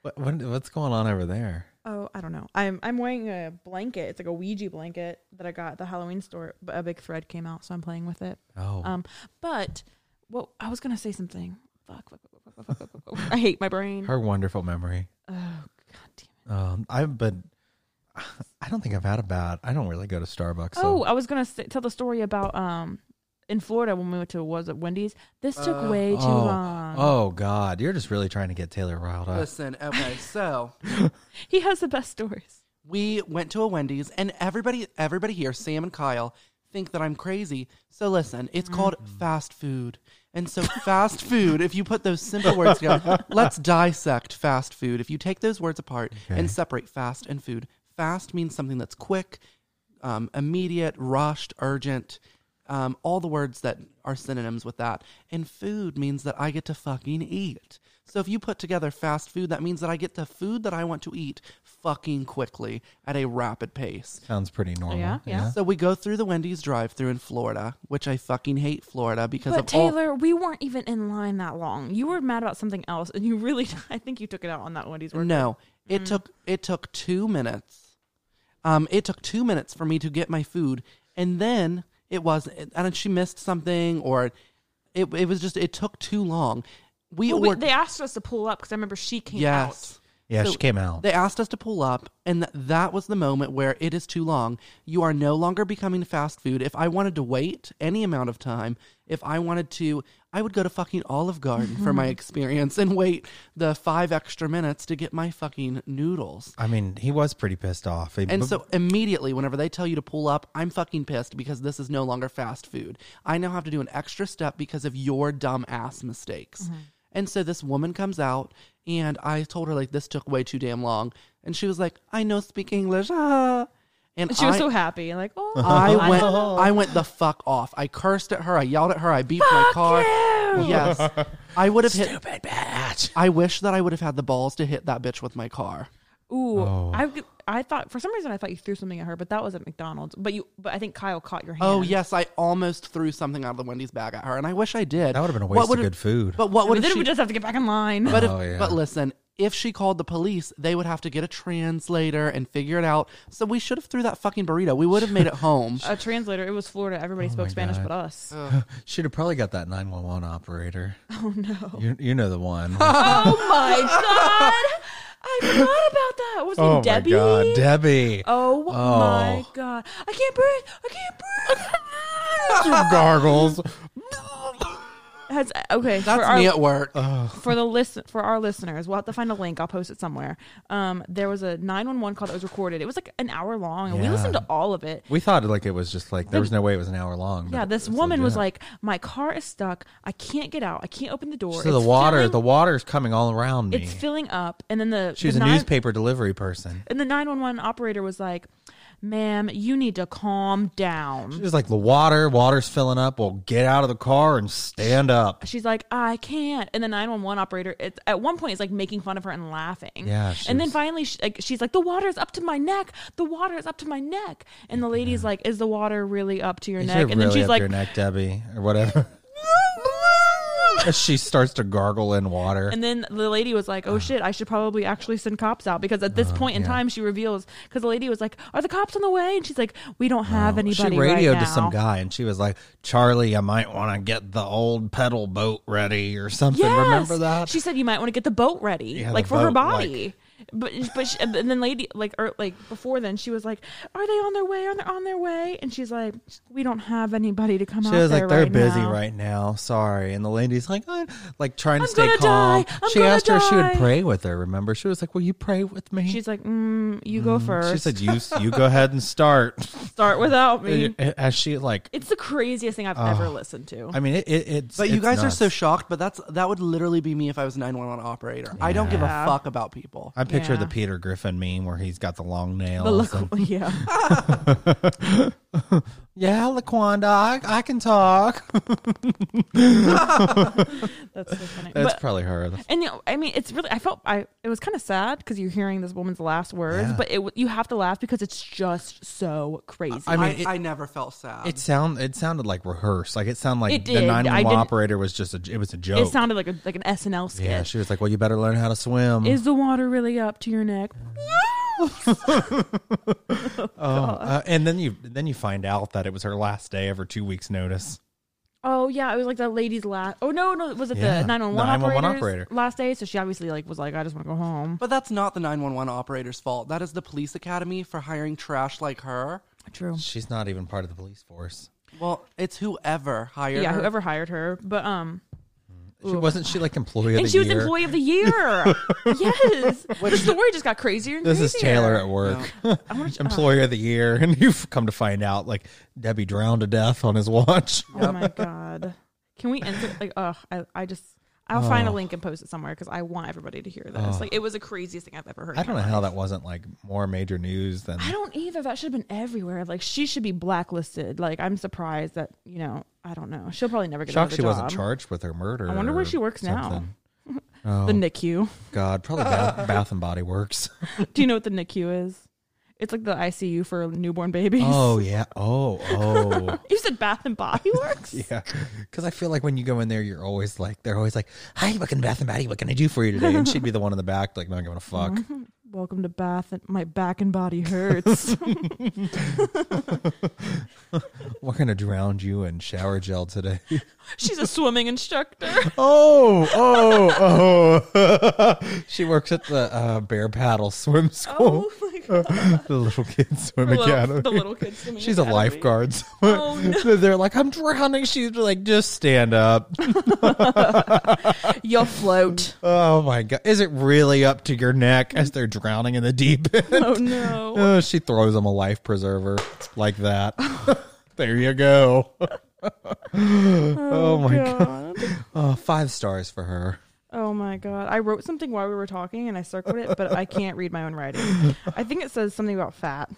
What, what, what's going on over there?
Oh, I don't know. I'm I'm wearing a blanket. It's like a Ouija blanket that I got at the Halloween store. But a big thread came out, so I'm playing with it.
Oh,
Um, but well, I was gonna say something. Fuck, fuck, fuck, fuck, fuck, fuck, fuck, fuck. I hate my brain.
her wonderful memory.
oh god damn. it.
Um, I've been. I don't think I've had a bad. I don't really go to Starbucks.
Oh,
So.
I was gonna say, tell the story about um in Florida when we went to was it Wendy's. This took way too long.
oh God! You're just really trying to get Taylor riled up.
Listen. Okay. So
He has the best stories.
we went to a Wendy's, and everybody, everybody here, Sam and Kyle, think that I'm crazy. So listen, it's called fast food. And so, fast food, if you put those simple words together, let's dissect fast food. If you take those words apart and separate fast and food, fast means something that's quick, um, immediate, rushed, urgent, um, all the words that are synonyms with that. And food means that I get to fucking eat. So if you put together fast food, that means that I get the food that I want to eat fucking quickly at a rapid pace.
Sounds pretty normal.
Yeah, yeah.
So we go through the Wendy's drive through in Florida, which I fucking hate Florida because
But
of all-
Taylor, we weren't even in line that long. You were mad about something else, and you really, I think you took it out on that Wendy's. worker.
No, it
Mm-hmm.
took it took two minutes. Um, it took two minutes for me to get my food, and then it was, and then she missed something, or it it was just it took too long. We,
Well, we-
ordered
they asked us to pull up because I remember she came
yes.
Yeah,
So
she came out.
They asked us to pull up, and th- that was the moment where it is too long. You are no longer becoming fast food. If I wanted to wait any amount of time, if I wanted to, I would go to fucking Olive Garden for my experience and wait the five extra minutes to get my fucking noodles.
I mean, he was pretty pissed off. He-
And so immediately, whenever they tell you to pull up, I'm fucking pissed because this is no longer fast food. I now have to do an extra step because of your dumb ass mistakes. And so this woman comes out, and I told her like this took way too damn long, and she was like, "I know speak English," ah. and
out. She was
I-
so
Uh-huh.
happy, like oh,
I went I went the fuck off. I cursed at her. I yelled at her. I beeped my car. Yes. I would have hit Stupid bitch. I wish that I would have had the balls to hit that bitch with my car.
Ooh,
Oh.
I I thought for some reason I thought you threw something at her, but that was at McDonald's. But you, but I think Kyle caught your hand.
Oh yes, I almost threw something out of the Wendy's bag at her and I wish I did.
That would've been a
What
waste of
would've-
good food.
But what
I mean,
would
then
she
we just have to get back in line.
But if,
Oh, yeah.
but listen, if she called the police, they would have to get a translator and figure it out. So we should have threw that fucking burrito. We would have made it home.
Uh,
a translator. It was Florida.
Oh
Everybody spoke Spanish but us.
Should have probably got that 911 operator. Oh, no. You, you know the one.
oh my god! I forgot about that. Was
oh,
it Debbie?
my God. Debbie.
oh,
Oh.
my god! I can't breathe. I can't breathe.
Gargles.
Has okay for
That's
our
uh,
me at work.
for the listen for our listeners. We'll have to find a link. I'll post it somewhere. Um, there was a nine one one call that was recorded. It was like an hour long, and we
Yeah.
listened to all of it.
We thought like it was just like, there was no way it was an hour long. but
Yeah,
it
this woman was
legit.
like, "My car is stuck. I can't get out. I can't open the door.
So the
It's
water,
filling-
the water's coming all around me.
it's filling up." And then the
she was
the
a
nine-
newspaper delivery person.
And the nine one one operator was like, ma'am, you need to calm down.
She's like, the water, water's filling up. Well, get out of the car and stand up.
She's like, I can't. And the 911 operator, it's, at one point, is like making fun of her and laughing.
Yeah, she
And then
was-
finally, she, like, she's like, the water's up to my neck. The water's up to my neck. And the lady's like, is the water really up to your
You
neck?
should
and then
really
she's
up
like,
your neck, Debbie, or whatever. And she starts to gargle in water.
And then the lady was like, "Oh shit, I should probably actually send cops out because at this point in time, she reveals because the lady was like, "Are the cops on the way?" And she's like, "We don't have anybody."
she radioed
right
to some
now."
guy and she was like, Charlie, I might want to get the old pedal boat ready or something.
Yes,
Remember that?
She said you might want to get the boat ready,
the
like for her
boat,
body. But but she, and then lady like or like before then she was like, "Are they on their way? Are they on their way?" And she's like, "We don't have anybody to come
She
out."
was like,
there
"They're
right
busy
now."
right now. Sorry." And the lady's like, "I-" like trying to
I'm
stay
gonna
calm.
die. I'm
she
gonna
asked her if she would
die.
pray with her. Remember, she was like, "Will you pray with me?"
She's like, mm, "You go first.
she said, "You you go ahead and start."
Start
uh,
without me."
As she like,
It's the craziest thing I've ever listened to.
I mean, it, it it's.
But you
it's
guys are
nuts.
so shocked, but that's that would literally be me if I was a 911 operator. I don't give a
Yeah.
fuck about people.
I picture
Yeah.
the Peter Griffin meme where he's got the long nails.
the look,
and-
yeah.
yeah, Laquanda, I, I can talk.
That's so funny.
That's
But-
probably her.
and you know, I mean, it's really. I felt I. It was kind of sad because you're hearing this woman's last words,
Yeah.
but it w- you have to laugh because it's just so crazy.
I
I,
mean, it-
I never felt sad.
It sound it sounded like rehearsed. Like it sounded like
It
the
did. I
nine one one
didn't-
operator was just a it was a joke.
it sounded like a like an SNL skit.
yeah, she was like, "Well, you better learn how to swim."
Is the water really up to your neck?
Uh, and then you then you find out that it was her last day of her two weeks notice.
Oh yeah, it was like the lady's last. Oh no, no, was it
Yeah,
the nine one
911
one
operator.
operator last day? So she obviously like was like, I just want to go home.
but that's not the 911 operator's fault. That is the police academy for hiring trash like her.
True.
She's not even part of the police force.
Well, it's whoever hired
Yeah,
her.
whoever hired her, but um,
She wasn't she like employee of
and
the
she was
year?
employee of the year. yes, the story just got crazier. And
this is
crazier.
Taylor at work,
I uh, wanna-
employee of the year, and you've come to find out like Debbie drowned to death on his watch.
Oh my god! Can we insert like? Ugh, I, I just I'll
Oh.
find a link and post it somewhere because I want everybody to hear this. Like it was the craziest thing I've ever heard.
I
in
don't know
my
how
life.
that wasn't like more major news than
I don't either. That should have been everywhere. Like she should be blacklisted. Like I'm surprised that you know I don't know. She'll probably never get
shocked she
another
wasn't
job.
charged with her murder.
I wonder where
or
she works now.
something.
The NICU.
God, probably Bath, Bath and Body Works.
Do you know what the NICU is? It's like the ICU for newborn babies.
Oh yeah. Oh oh.
You said Bath and Body Works.
Yeah, because I feel like when you go in there, you're always like, they're always like, "Hi, welcome to Bath and Body. What can I do for you today?" And she'd be the one in the back, like, "Not giving a fuck."
Welcome to Bath. And my back and body hurts.
We're gonna drown you in shower gel today.
She's a swimming instructor.
oh, oh, oh! she works at the uh, Bear Paddle Swim School,
Oh my god.
the little kids swim
The little,
academy.
the little kids. swimming
She's a
academy.
lifeguard. so
Oh,
They're like, I'm drowning. She's like, just stand up.
You'll float.
Oh my god, is it really up to your neck as they're drowning in the deep end?
Oh no.
Oh, she throws him a life preserver like that. there you go. oh my god. Oh, five stars for her.
Oh my god. I wrote something while we were talking and I circled it, but I can't read my own writing. I think it says something about fat.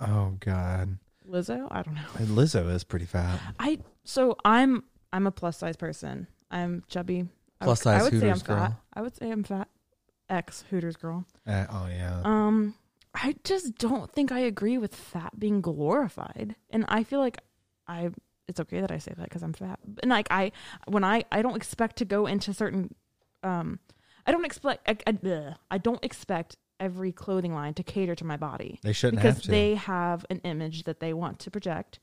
Oh god.
Lizzo? I don't know.
And Lizzo is pretty fat.
I so I'm I'm a plus size person. I'm chubby. I
Plus
would-
size
I would
Hooters
say I'm fat.
girl.
I would say I'm fat. Ex Hooters girl.
Uh, oh yeah.
Um I just don't think I agree with fat being glorified. And I feel like I it's okay that I say that because I'm fat. And like I when I I don't expect to go into certain um I don't expect I, I, bleh. I don't expect every clothing line to cater to my body.
They shouldn't
because
have to.
they have an image that they want to project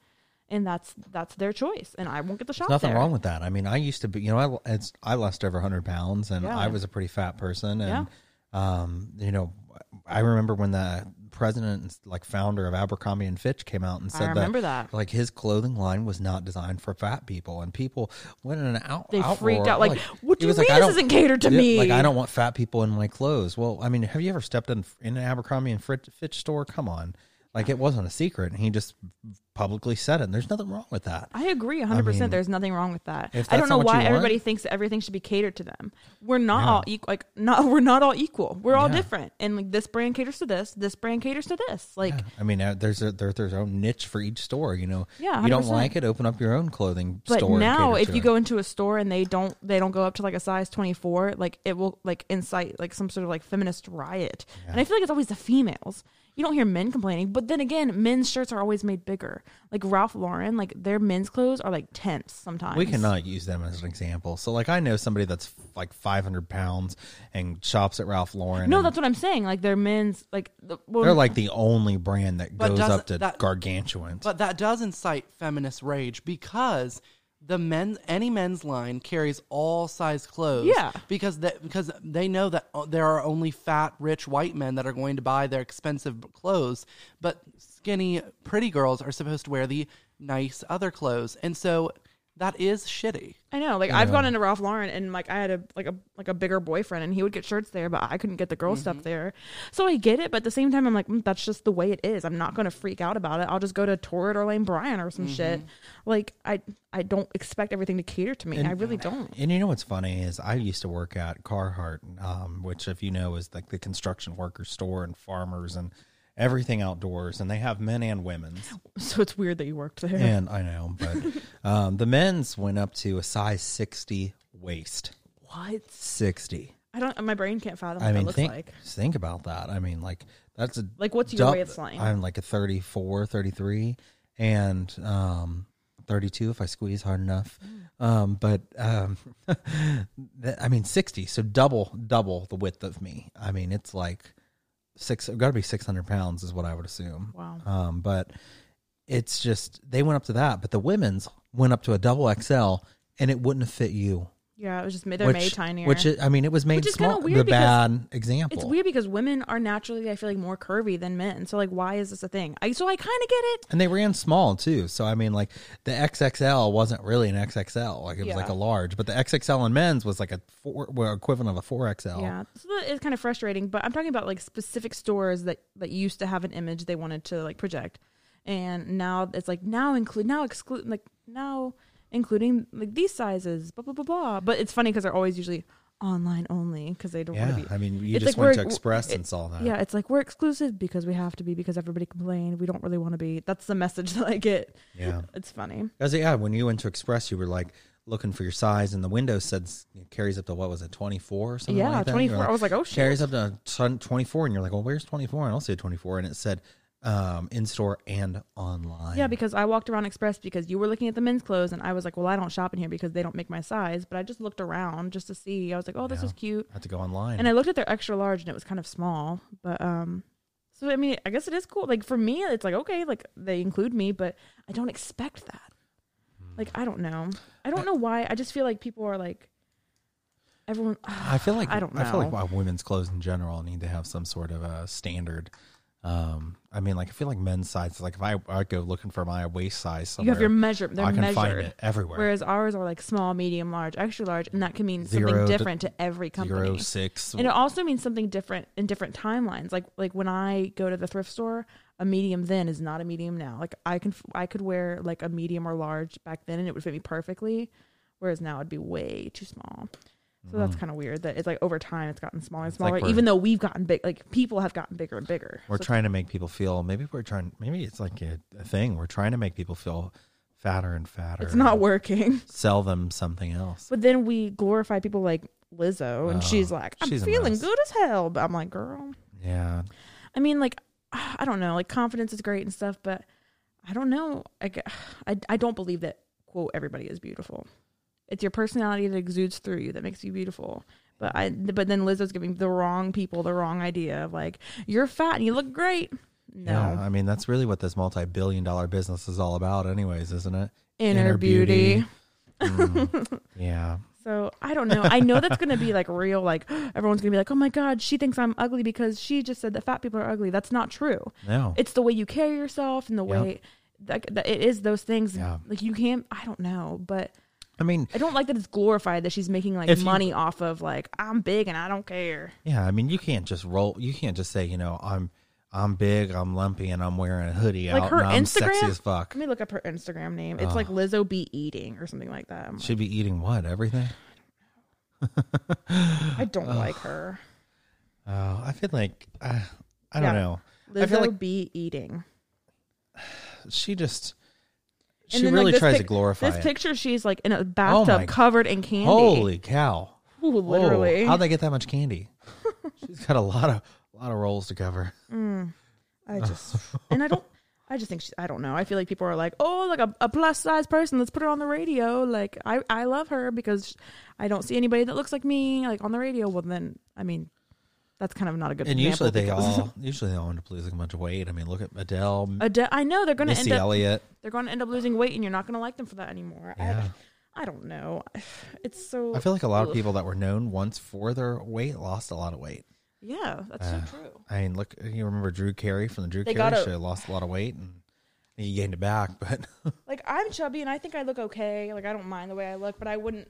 and that's that's their choice and I won't get the shot
Nothing
there.
wrong with that. I mean, I used to be, you know, I it's I lost over 100 pounds, and
Yeah.
I was a pretty fat person, and um, you know, I remember when the president, and like founder of Abercrombie and Fitch, came out and
I
said
remember that.
like his clothing line was not designed for fat people, and people went in an out.
They
outroar.
freaked out, like, "What do
it
you
was
mean
I
this
don't-
isn't catered to
yeah,
me?"
Like I don't want fat people in my clothes. Well, I mean, have you ever stepped in in an Abercrombie and Fitch, Fitch store? Come on. Like it wasn't a secret. And he just publicly said it. And there's nothing wrong with that.
I agree 100%.
mean,
There's nothing wrong with that.
if
I
that's
don't know
not what you
why
want-
everybody thinks that everything should be catered to them. We're not all equal. Like, not, we're not all equal. We're all different. And like this brand caters to this, this brand caters to this. Like,
I mean, uh, there's a, there, there's their own niche for each store. You know,
Yeah,
you don't
100%.
like it, open up your own clothing
but
store. and
now
cater
if
to
you
it.
go into a store and they don't they don't go up to like a size 24 like it will like incite like some sort of like feminist riot and i feel like it's always the females you don't hear men complaining but then again men's shirts are always made bigger like ralph lauren like their men's clothes are like tents sometimes
we cannot use them as an example. So, like, I know somebody that's like 500 pounds and shops at Ralph Lauren.
no
and
that's what i'm saying like their men's like the, well,
they're like the only brand that
But
goes
doesn't-
up to
that-
gargantuan.
But that does incite feminist rage because the men, any men's line carries all size clothes.
Yeah.
because they, because they know that o- there are only fat, rich white men that are going to buy their expensive b- clothes, but skinny, pretty girls are supposed to wear the nice other clothes, and so that is shitty.
I know. Like I've gone into Ralph Lauren and like I had a like a like a bigger boyfriend and he would get shirts there, but I couldn't get the girl
Mm-hmm.
stuff there. So I get it, but at the same time I'm like, mm, that's just the way it is. I'm not gonna freak out about it. I'll just go to Torrid or Lane Bryant or some shit. Like I I don't expect everything to cater to me. I really don't.
Mm-hmm. And you know what's funny is I used to work at Carhartt, um, which, if you know, is like the construction workers store and farmers and everything outdoors, and they have men and women's.
So it's weird that you worked there.
and I know, but um, the men's went up to a size 60 waist.
What?
60.
I don't my brain can't fathom what
I
that
mean,
looks
think
like.
think about that. I mean, like that's a
Like, what's your
dou-
way of slang?
I'm like a 34, 33, and um, 32 if I squeeze hard enough.
Mm.
Um, but um, that- I mean, 60, so double double the width of me. I mean, it's like six. Got to be 600 pounds is what I would assume.
Wow.
Um, but it's just they went up to that, but the women's went up to a double XL, and it wouldn't have fit you.
Yeah, it was just made they're
which,
made tinier.
Which I mean, it was made
Which is kinda
small.
weird
The
because
bad example.
It's weird because women are naturally, I feel like, more curvy than men. So like, why is this a thing? I so I kind of get it.
And they ran small too. So I mean, like the XXL wasn't really an XXL. Like it was
Yeah.
like a large, but the XXL in men's was like a four, well, equivalent of a four XL.
Yeah, so that is kind of frustrating. But I'm talking about like specific stores that that used to have an image they wanted to like project, and now it's like now include now exclude like now including like these sizes blah blah blah blah. But it's funny because they're always usually online only because they don't
Yeah,
want to be.
I mean, you
It's
just
like
went to
we're-
Express and
it-
saw that.
Yeah, it's like we're exclusive because we have to be because everybody complained. We don't really want to be. That's the message that I get.
Yeah.
It's funny.
As yeah, when you went to Express, you were like looking for your size, and the window said it carries up to what was it, twenty four or something?
Yeah,
like that?
24.
You're
I was like, oh, shit.
carries up to twenty four, and you're like, well, where's twenty four? And I'll say twenty four, and it said um, in store and online.
Yeah, because I walked around Express because you were looking at the men's clothes, and I was like, well, I don't shop in here because they don't make my size. But I just looked around just to see. I was like, oh, this is cute.
I had to go online.
And I looked at their extra large, and it was kind of small. But um, so I mean, I guess it is cool. Like for me, it's like okay, like they include me, but I don't expect that. Like I don't know. I don't know why. I just feel like people are like everyone.
I feel like
I don't know.
I feel like well, women's clothes in general need to have some sort of a standard. Um, I mean, like I feel like men's sizes. Like if I, I go looking for my waist size,
you
somewhere,
have your measure. They're
I can
measured.
find it everywhere.
Whereas ours are like small, medium, large, extra large, and that can mean
Zero
something
to-
different to, every company.
Zero six.
and it also means something different in different timelines like like when i go to the thrift store a medium then is not a medium now like i can i could wear like a medium or large back then and it would fit me perfectly whereas now it'd be way too small so that's kind of weird that it's like over time it's gotten smaller and
Mm-hmm. like
smaller
we're-
even though we've gotten big like people have gotten bigger and bigger
we're
So
trying to make people feel. Maybe we're trying. Maybe it's like a, a thing. We're trying to make people feel fatter and fatter.
it's not working
Sell them something else.
but then we glorify people like lizzo and she's like i'm
Oh, she's a
feeling
mess.
good as hell but i'm like girl
Yeah.
I mean, like, I don't know. Like, confidence is great and stuff, but I don't know. I, g- I, I don't believe that, quote, everybody is beautiful. It's your personality that exudes through you that makes you beautiful. But I, but then Lizzo's giving the wrong people the wrong idea of like, you're fat and you look great. No.
Yeah. I mean, that's really what this multi-billion-dollar business is all about, anyways, isn't it?
Inner,
Inner
beauty.
beauty. Mm. yeah.
So I don't know. I know that's going to be like real. Like everyone's going to be like, "Oh my god, she thinks I'm ugly because she just said that fat people are ugly." That's not true.
No.
it's the way you carry yourself and the way that, that it is those things
Yeah.
like you can't i don't know but
I mean,
i don't like that it's glorified that she's making like
If you-
money off of like i'm big and i don't care
Yeah, I mean, you can't just roll. You can't just say, you know, I'm I'm big, I'm lumpy, and I'm wearing a hoodie
Like
out.
her
and I'm
Instagram.
sexy as fuck.
Let me look up her Instagram name. It's like Lizzo be eating or something like that. I'm
Should be eating what? Everything?
like, I don't like her.
Oh, I feel like I, I don't
Yeah.
know.
Lizzo
I feel like
be eating.
she just
And
she
then, like,
really
this
tries to
pic-
glorify
This
it. Oh
picture, she's like in a
my-
bathtub covered in candy.
Holy cow!
Ooh, literally.
how'd they get that much candy? She's got a lot of a lot of rolls to cover.
I just and I don't. I just think she, I don't know. I feel like people are like, oh, like a, a plus size person. Let's put her on the radio. Like I, I love her because I don't see anybody that looks like me like on the radio. Well, then I mean, that's kind of not a good.
And
example
usually they
because-
all usually they all end up losing a bunch of weight. I mean, look at Adele,
Ade- I know they're going to
Missy
end up.
Elliott.
They're going to end up losing weight, and you're not going to like them for that anymore.
Yeah.
I, I don't know. It's so.
I feel like a lot of
Ugh.
people that were known once for their weight lost a lot of weight.
Yeah, that's so true.
I mean, look, you remember Drew Carey from the Drew
They
Carey
gotta-
show lost a lot of weight and he gained it back, but
Like I'm chubby, and I think I look okay. Like I don't mind the way I look, but I wouldn't.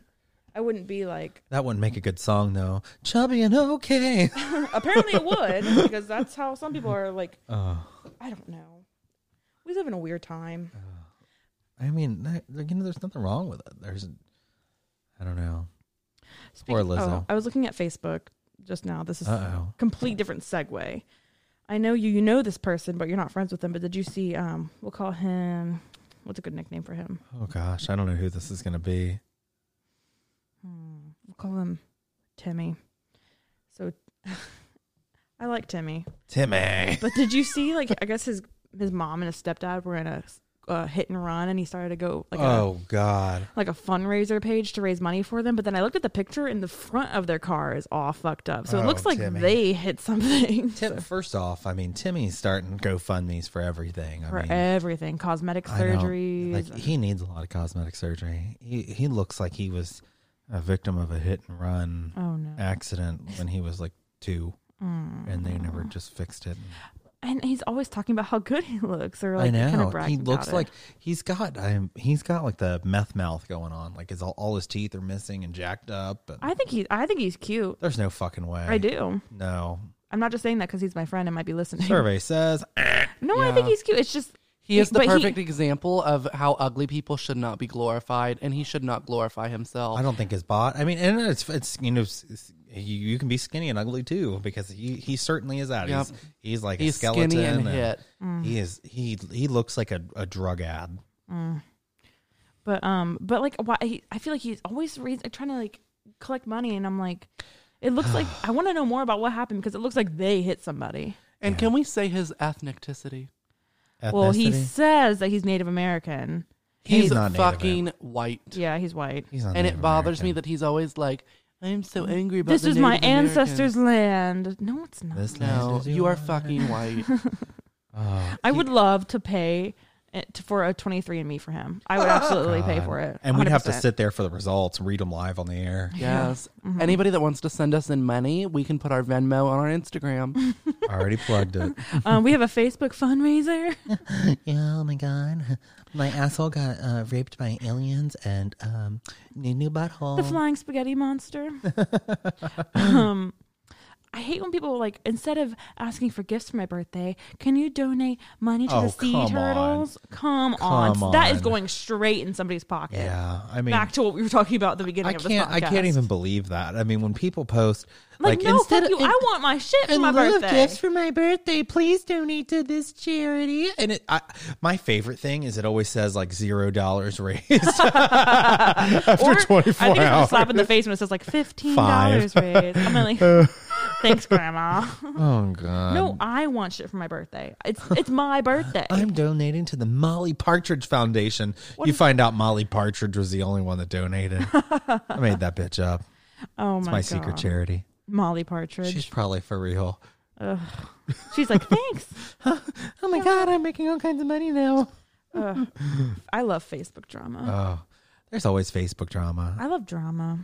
I wouldn't be like.
that wouldn't make a good song though. Chubby and okay.
Apparently, it would because that's how some people are like.
Uh,
I don't know. We live in a weird time.
Uh, I mean, that- like, you know, there's nothing wrong with it. There's, I don't know.
Speaking-
Poor Lizzo.
oh, I was looking at Facebook just now. This is
Uh-oh.
a complete different segue. I know you. You know this person, but you're not friends with them. But did you see? Um, we'll call him. What's a good nickname for him?
Oh gosh, I don't know who this is going to be.
We'll call him Timmy. So I like Timmy.
Timmy.
But did you see? Like, I guess his his mom and his stepdad were in a uh, hit and run, and he started to go like a,
Oh God.
like a fundraiser page to raise money for them. But then I looked at the picture, and the front of their car is all fucked up. So it
Oh,
looks like
Timmy.
they hit something
Tim, first off, I mean Timmy's starting GoFundmes for everything. I
for
mean,
everything, cosmetic
I don't-
surgeries.
Like he needs a lot of cosmetic surgery. He he looks like he was a victim of a hit and run
Oh, no.
accident when he was like two, and they never
Mm.
just fixed it.
and he's always talking about how good he looks, or like
I
kind
know
of bragging
he looks
about it.
like he's got um, he's got like the meth mouth going on. Like his all, all his teeth are missing and jacked up. And
I think he. I think he's cute.
there's no fucking way.
I do.
No
I'm not just saying that because he's my friend and might be listening.
survey says
No, I think he's cute. It's just
He is the
but
e-
perfect example of how ugly people should not be glorified, and he should not glorify himself.
I don't think his bot. I mean, and it's it's you know it's, it's- you, you can be skinny and ugly too because he he certainly is that. He's
Yep.
he's like
He's
a skeleton.
skinny and hit.
He is he he looks like a, a drug ad.
But um, but like, why? He, I feel like he's always re- trying to like collect money, and I'm like, it looks like I want to know more about what happened because it looks like they hit somebody.
And can we say his ethnicity?
Well, he
Ethnicity?
says that he's Native American.
He's
He's,
not Native
fucking white.
Yeah, he's white.
he's not
And
Native
it bothers me
American.
that he's always like, I'm so angry about
Mm. This
the
is my
Native Americans."
ancestors' land. No, it's not.
This
No,
land is
you are
yours.
fucking white.
I would love to pay it to, for a 23andMe for him. I would absolutely pay for it.
Oh, and we'd have to
100%.
sit there for the results, read them live on the air.
Yes.
Mm-hmm.
Anybody that wants to send us in money, we can put our Venmo on our Instagram.
Already plugged it.
Um, we have a Facebook fundraiser.
Yeah, oh my god, my asshole got uh, raped by aliens and um, new new butthole.
the flying spaghetti monster. um, I hate when people like instead of asking for gifts for my birthday, can you donate money to
Oh,
the sea
come
turtles? Come,
Come
on. that is
on.
going straight in somebody's pocket.
yeah, I mean,
Back to what we were talking about at the beginning
I
of
can't.
this podcast.
I can't even believe that. I mean, when people post
like,
like,
no,
instead
fuck you.
of
I want my shit for
in
my
lieu of
birthday.
gifts for my birthday, please donate to this charity. And it, I, my favorite thing is it always says like zero dollars raised.
or,
24
I think it's a
hours. Uh.
slap in the face when it says like fifteen dollars raised. I'm like, thanks, grandma.
oh god.
no, I want shit for my birthday. It's it's my birthday.
I'm donating to the Molly Partridge Foundation. you find out Molly Partridge was the only one that donated. I made that bitch up.
oh
It's
my,
my, secret
God.
charity.
Molly Partridge.
She's probably for real.
She's like, thanks.
Oh my god, I'm making all kinds of money now.
I love Facebook drama.
Oh, there's always Facebook drama.
I love drama.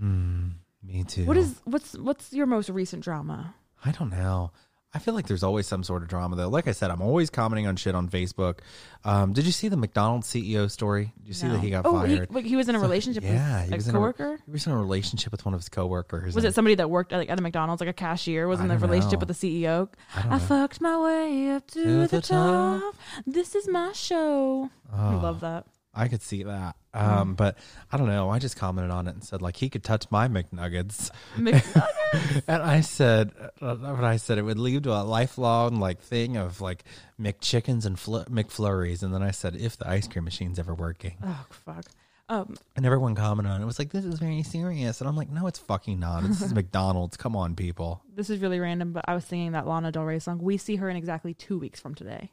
Me too.
What is what's what's your most recent drama?
I don't know. I feel like there's always some sort of drama though. Like I said, I'm always commenting on shit on Facebook. Um, did you see the McDonald's CEO story? Did you see that he got
oh, he,
fired?
wait, he was in a relationship
yeah, he
with
was
a
in
coworker.
A, he was in a relationship with one of his coworkers.
was
and-
it somebody that worked at, like, at a McDonald's, like a cashier, was
I
in the
don't
relationship
know.
with the CEO? I, fucked my way up to, the, top. Ah. This is my show. I love that.
I could see that.
Mm-hmm.
Um, but I don't know. I just commented on it and said like he could touch my McNuggets,
Mc-
and I said, uh, what I said it would lead to a lifelong like thing of like McChickens and Fl- McFlurries, and then I said if the ice cream machine's ever working,
oh fuck. Um,
and everyone commented on it. it was like this is very serious, and I'm like no, it's fucking not. This is McDonald's. Come on, people.
this is really random, but I was singing that Lana Del Rey song. We see her in exactly two weeks from today.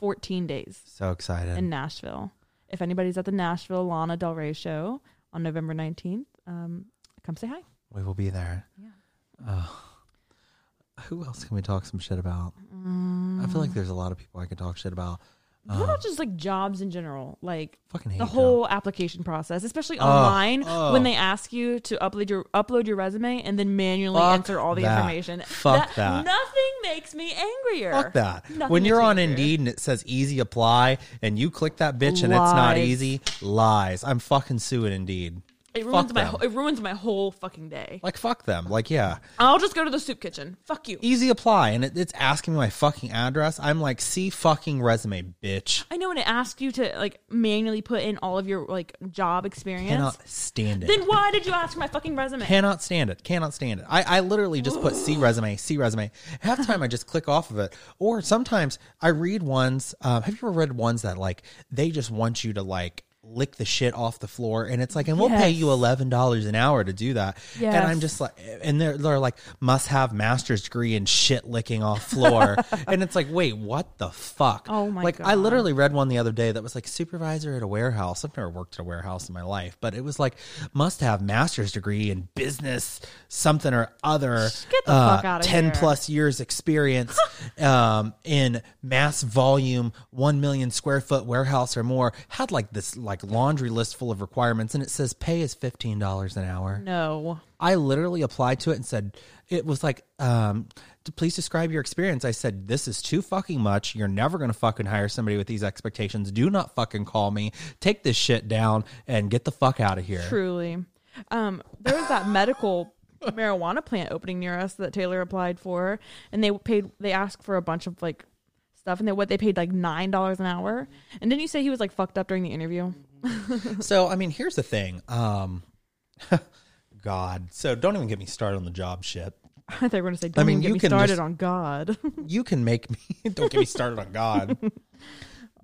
Fourteen days.
So excited.
in Nashville. If anybody's at the Nashville Lana Del Rey show on November 19th, um, come say hi.
we will be there. Oh. Who else can we talk some shit about? I feel
Mm.
like there's a lot of people I could talk shit about.
What about just like jobs in general? Like
Fucking hate
the
jobs.
whole application process, especially online when they ask you to upload your upload your resume and then manually
Fuck
enter all the
that.
information.
Fuck that.
Nothing makes me angrier.
Fuck that.
Nothing
when
makes
you're
me
on
angrier.
Indeed and it says easy apply and you click that bitch and it's not
Lies.
easy, lies. I'm fucking suing Indeed.
it ruins
fuck
my
them.
whole- it ruins my whole fucking day.
Like, fuck them. Like, yeah.
I'll just go to the soup kitchen. Fuck you.
Easy apply and it, it's asking me my fucking address. I'm like, see fucking resume, bitch.
I know when it asks you to like manually put in all of your like job experience.
Cannot stand it.
Then why did you ask for my fucking resume?
Cannot stand it. Cannot stand it. I, I literally just put C resume, C resume. Half the time I just click off of it. Or sometimes I read ones. Um, have you ever read ones that like they just want you to like lick the shit off the floor and it's like and we'll pay
Yes.
you eleven dollars an hour to do that. And I'm
Yes.
just like and they're they're like must have master's degree in shit licking off floor. and it's like, wait, what the fuck?
Oh my
like, I
God.
literally read one the other day that was like supervisor at a warehouse. I've never worked at a warehouse in my life, but it was like must have master's degree in business something or other. uh,
Get the fuck outta
Ten
here.
plus years experience um, in mass volume, one million square foot warehouse or more. Had like this like laundry list full of requirements, and it says pay is fifteen dollars an hour.
No.
I literally applied to it and said, it was like, um, "D- please describe your experience. I said, this is too fucking much. You're never going to fucking hire somebody with these expectations. Do not fucking call me. Take this shit down and get the fuck out of here.
Truly. Um, there was that medical marijuana plant opening near us that Taylor applied for, and they paid. They asked for a bunch of like stuff, and they what they paid like nine dollars an hour. And didn't you say he was like fucked up during the interview?
So, I mean, here's the thing. Um, God. So don't even get me started on the job shit.
I thought you were going to say, "Don't
mean,
even get
you
me
can
started
just-
on God."
you can make me don't get me started on God.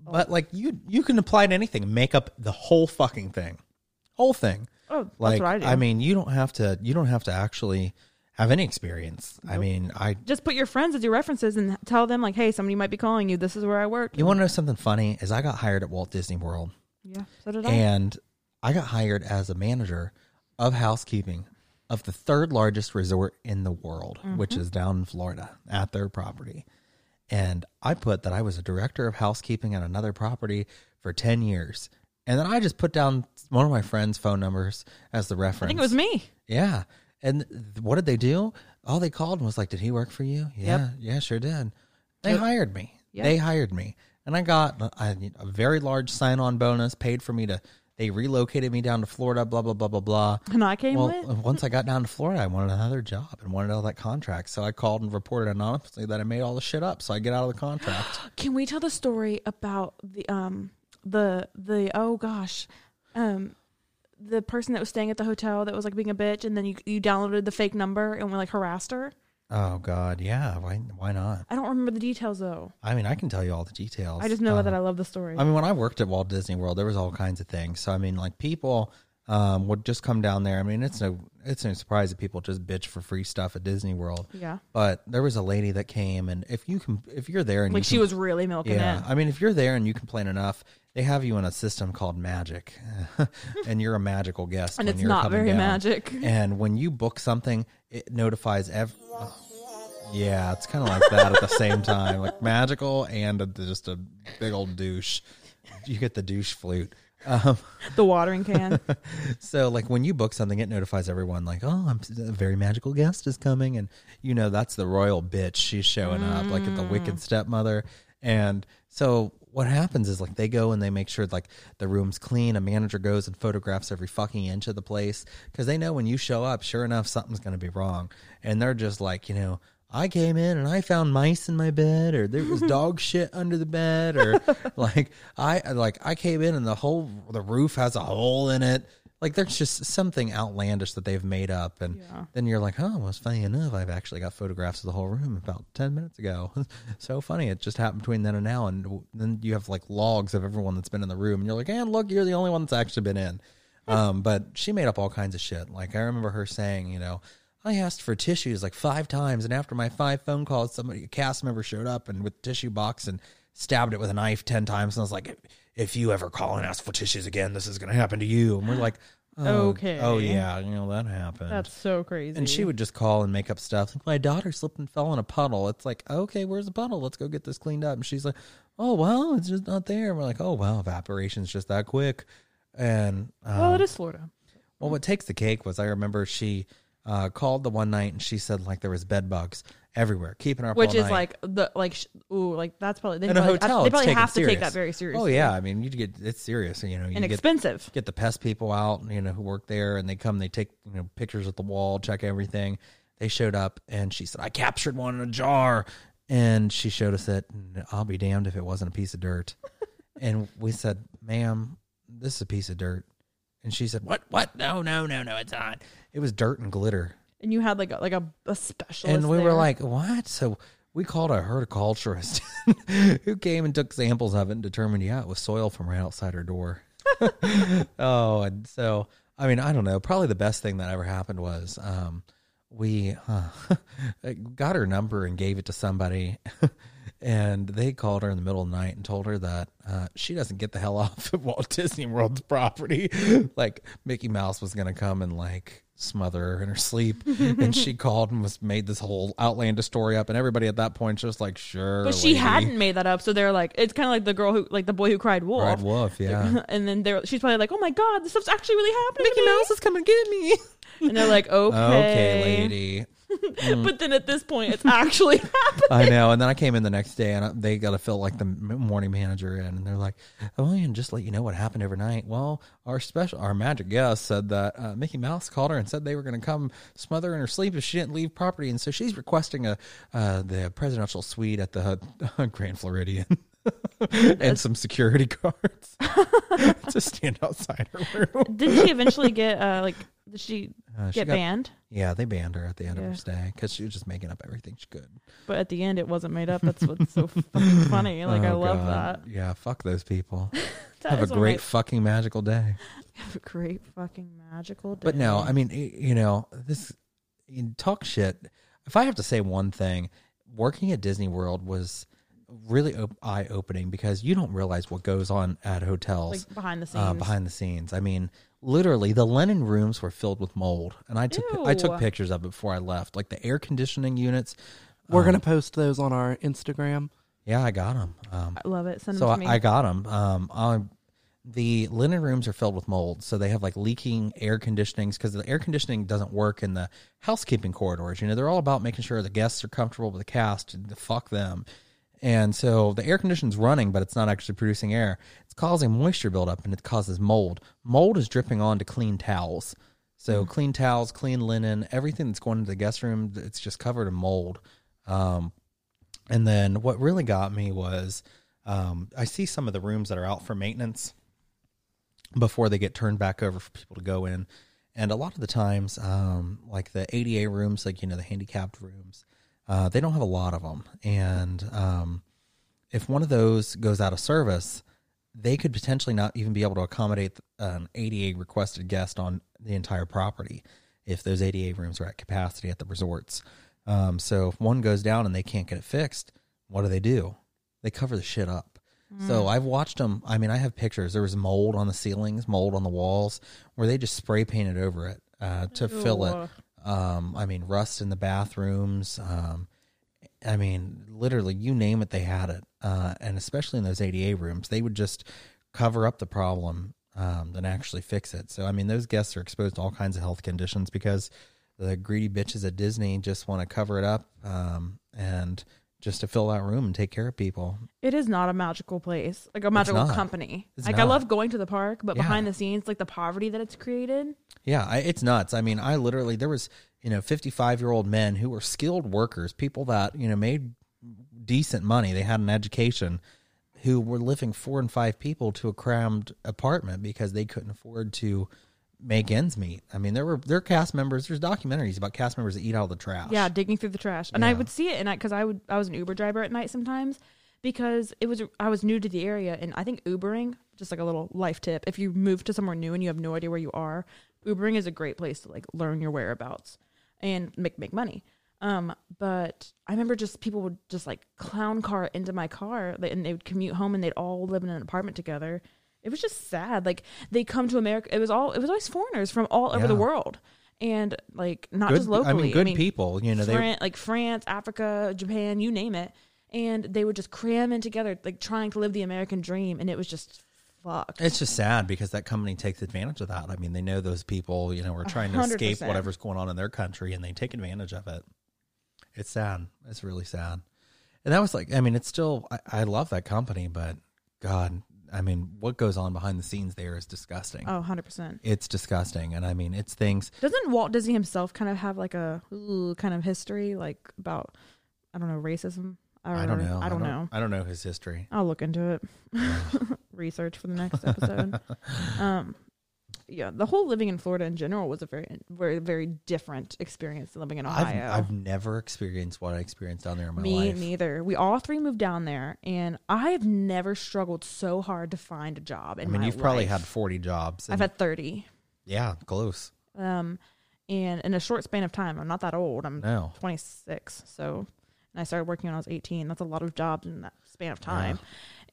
But like you you can apply to anything, make up the whole fucking thing. Whole thing.
Oh, that's
like
what I do.
mean, you don't have to you don't have to actually have any experience. I mean, I
Just put your friends as your references and tell them like, "Hey, somebody might be calling you. This is where I work."
you want to know something funny is I got hired at Walt Disney World
Yeah. So did I.
and I got hired as a manager of housekeeping of the third largest resort in the world, which
Mm-hmm.
is down in Florida at their property. And I put that I was a director of housekeeping at another property for 10 years. And then I just put down one of my friend's phone numbers as the reference.
I think it was me.
Yeah. And th- what did they do? All they called and was like, "Did he work for you?" Yeah, yeah, sure did. They hired me. They hired me, and I got a, a- a very large sign-on bonus paid for me to. They relocated me down to Florida. Blah blah blah blah blah.
And I came
Well, uh,
with.
once I got down to Florida, I wanted another job and wanted all that contract. So I called and reported anonymously that I made all the shit up. So I get out of the contract.
Can we tell the story about the um the the oh gosh, um the person that was staying at the hotel that was like being a bitch, and then you you downloaded the fake number and we like harassed her.
oh God, yeah. Why? Why not?
I don't remember the details though.
I mean, I can tell you all the details.
I just know that I love the story.
I mean, when I worked at Walt Disney World, there was all kinds of things. So I mean, like people um, would just come down there. I mean, it's no it's no surprise that people just bitch for free stuff at Disney World.
Yeah.
But there was a lady that came, and if you can, if you're there, and
like
you
she
can-
was really milking
yeah.
it.
I mean, if you're there and you complain enough, they have you in a system called magic, and you're a magical guest.
And
when
it's
you're
not
coming
very
down.
magic.
And when you book something, it notifies ev Yeah, it's kind of like that at the same time, like magical and a, just a big old douche. You get the douche flute.
the watering can.
So, like when you book something, it notifies everyone, like, oh, I'm, a very magical guest is coming. And, you know, that's the royal bitch. She's showing up, like at the wicked stepmother. And so, what happens is, like, they go and they make sure, like, the room's clean. A manager goes and photographs every fucking inch of the place because they know when you show up, sure enough, something's going to be wrong. And they're just like, you know, I came in and I found mice in my bed, or there was dog shit under the bed, or like I like I came in and the whole the roof has a hole in it. Like there's just something outlandish that they've made up, and then you're like, oh, well, it's funny enough. I've actually got photographs of the whole room about ten minutes ago. so funny, it just happened between then and now, and w- then you have like logs of everyone that's been in the room, and you're like, and look, you're the only one that's actually been in. Um, but she made up all kinds of shit. Like I remember her saying, you know, I asked for tissues like five times, and after my five phone calls, somebody a cast member showed up and with a tissue box and stabbed it with a knife ten times, and I was like, if, if you ever call and ask for tissues again, this is going to happen to you. And we're like, oh,
Okay.
oh yeah, you know that happened.
That's so crazy.
and she would just call and make up stuff. Like, my daughter slipped and fell in a puddle. It's like, okay, where's the puddle? Let's go get this cleaned up. And she's like, oh, well, it's just not there. And we're like, oh, well, evaporation's just that quick. And um,
Well, Oh, it is Florida.
well, what takes the cake was I remember she uh, called the one night and she said like there was bed bugs everywhere, keeping her up
which
all
is
night.
like the like sh- ooh like that's probably they
in a
probably,
hotel.
they
it's
probably
taken
have to
serious.
take that very seriously.
Oh yeah, I mean you get it's serious. You know, you
and
get,
expensive.
get the pest people out, you know, who work there, and they come, they take you know pictures at the wall, check everything. They showed up, and she said, "I captured one in a jar," and she showed us it. And I'll be damned if it wasn't a piece of dirt. and we said, "Ma'am, this is a piece of dirt." And she said, "What? What? No, no, no, no, it's not. It was dirt and glitter."
And you had like a, like a, a specialist.
and we were
there.
like, "What?" So we called a horticulturist who came and took samples of it and determined, yeah, it was soil from right outside her door. oh, and so I mean, I don't know. Probably the best thing that ever happened was um, we uh, got her number and gave it to somebody. And they called her in the middle of the night and told her that uh, she doesn't get the hell off of Walt Disney World's property. like Mickey Mouse was going to come and like smother her in her sleep. and she called and was made this whole outlandish story up. And everybody at that point just like, sure.
but she
lady."
hadn't made that up, so they're like, it's kind of like the girl who like the boy who cried wolf.
Red Wolf, yeah.
and then they're she's probably like, oh my god, this stuff's actually really happening. to
Mickey
me."
Mouse is coming to get me.
And they're like, okay,
okay, lady.
But then at this point, it's actually happening.
I know. And then I came in the next day, and I, they got to fill like the m- morning manager in, and they're like, "Oh, and just let you know what happened overnight." Well, our special, our magic guest said that uh, Mickey Mouse called her and said they were going to come smother her in her sleep if she didn't leave property, and so she's requesting a uh, the presidential suite at the uh, Grand Floridian. and some security guards to stand outside her room.
Didn't she eventually get uh like did she
Uh,
get
she got-
banned?
Yeah, they banned her at the end of
Yeah.
her stay because she was just making up everything she could.
But at the end, it wasn't made up. That's what's so fucking funny. Like I
Oh,
love
God.
that.
Yeah, fuck those people.
That
Have a
is one of
great
my-
fucking magical day.
Have a great fucking magical day.
But no, I mean, y- you know, this you talk shit. If I have to say one thing, working at Disney World was really op- eye opening because you don't realize what goes on at hotels
like behind the scenes.
uh, behind the scenes. I mean, literally, the linen rooms were filled with mold, and I took I took
Ew.
pictures of it before I left. Like the air conditioning units.
We're gonna post those on our Instagram.
Yeah, I got them. Um,
I love it. Send
so
them
I,
to me.
I got them. Um, I, the linen rooms are filled with mold, so they have like leaking air conditionings because the air conditioning doesn't work in the housekeeping corridors. You know, they're all about making sure the guests are comfortable with the cast. and Fuck them. And so the air conditioning's running, but it's not actually producing air. It's causing moisture buildup, and it causes mold. Mold is dripping onto clean towels. So
Hmm.
clean towels, clean linen, everything that's going into the guest room, it's just covered in mold. Um, and then what really got me was um, I see some of the rooms that are out for maintenance before they get turned back over for people to go in. And a lot of the times, um, like the ADA rooms, like, you know, the handicapped rooms, uh, they don't have a lot of them. And um, if one of those goes out of service, they could potentially not even be able to accommodate an ADA requested guest on the entire property if those ADA rooms are at capacity at the resorts. Um, so if one goes down and they can't get it fixed, what do they do? They cover the shit up. So I've watched them. I mean, I have pictures. There was mold on the ceilings, mold on the walls, where they just spray painted over it uh, to fill it. Um, I mean, rust in the bathrooms. Um, I mean, literally, you name it, they had it. Uh, and especially in those ADA rooms, they would just cover up the problem um, than actually fix it. So, I mean, those guests are exposed to all kinds of health conditions because the greedy bitches at Disney just want to cover it up um, and just to fill that room and take care of people.
It is not a magical place, like a magical
not.
company.
It's
like I
not.
love going to the park, but
Yeah.
behind the scenes, like the poverty that it's created.
Yeah, I, it's nuts. I mean, I literally there was you know fifty five year old men who were skilled workers, people that you know made decent money, they had an education, who were living four and five people to a crammed apartment because they couldn't afford to make ends meet. I mean, there were there are cast members. There's documentaries about cast members that eat out of the trash.
Yeah, digging through the trash, and I would see it, and I because I would I was an Uber driver at night sometimes because it was I was new to the area, and I think Ubering just like a little life tip. If you move to somewhere new and you have no idea where you are, Ubering is a great place to like learn your whereabouts and make make money. Um, but I remember just people would just like clown car into my car, like, and they would commute home, and they'd all live in an apartment together. It was just sad. Like they come to America. It was all. It was always foreigners from all over the
Yeah.
world, and like not
Good-
just locally.
I mean, good people. You know, they
Fran- like France, Africa, Japan, you name it, and they would just cram in together, like trying to live the American dream, and it was just fucked.
It's just sad because that company takes advantage of that. I mean, they know those people, you know, are trying to escape
100%.
whatever's going on in their country and they take advantage of it. It's sad. It's really sad. And that was like, I mean, it's still, I, I love that company, but God, I mean, what goes on behind the scenes there is disgusting.
oh, 100 percent.
It's disgusting. And I mean, it's things,
Doesn't Walt Disney himself kind of have like a ooh, kind of history, like about I don't know racism? Or,
I don't know.
I don't know. Oh,
I don't know his history.
I'll look into it. Research for the next episode. um, yeah, the whole living in Florida in general was a very, very, very different experience than living in Ohio.
I've, I've never experienced what I experienced down there in my
uh, Me
life.
neither. We all three moved down there, and I have never struggled so hard to find a job. In
I mean,
my
you've probably
life.
had 40 jobs.
I've
and-
had thirty,
yeah, close.
um, and in a short span of time. I'm not that old. I'm
No.
26, so and I started working when I was 18. That's a lot of jobs in that span of time,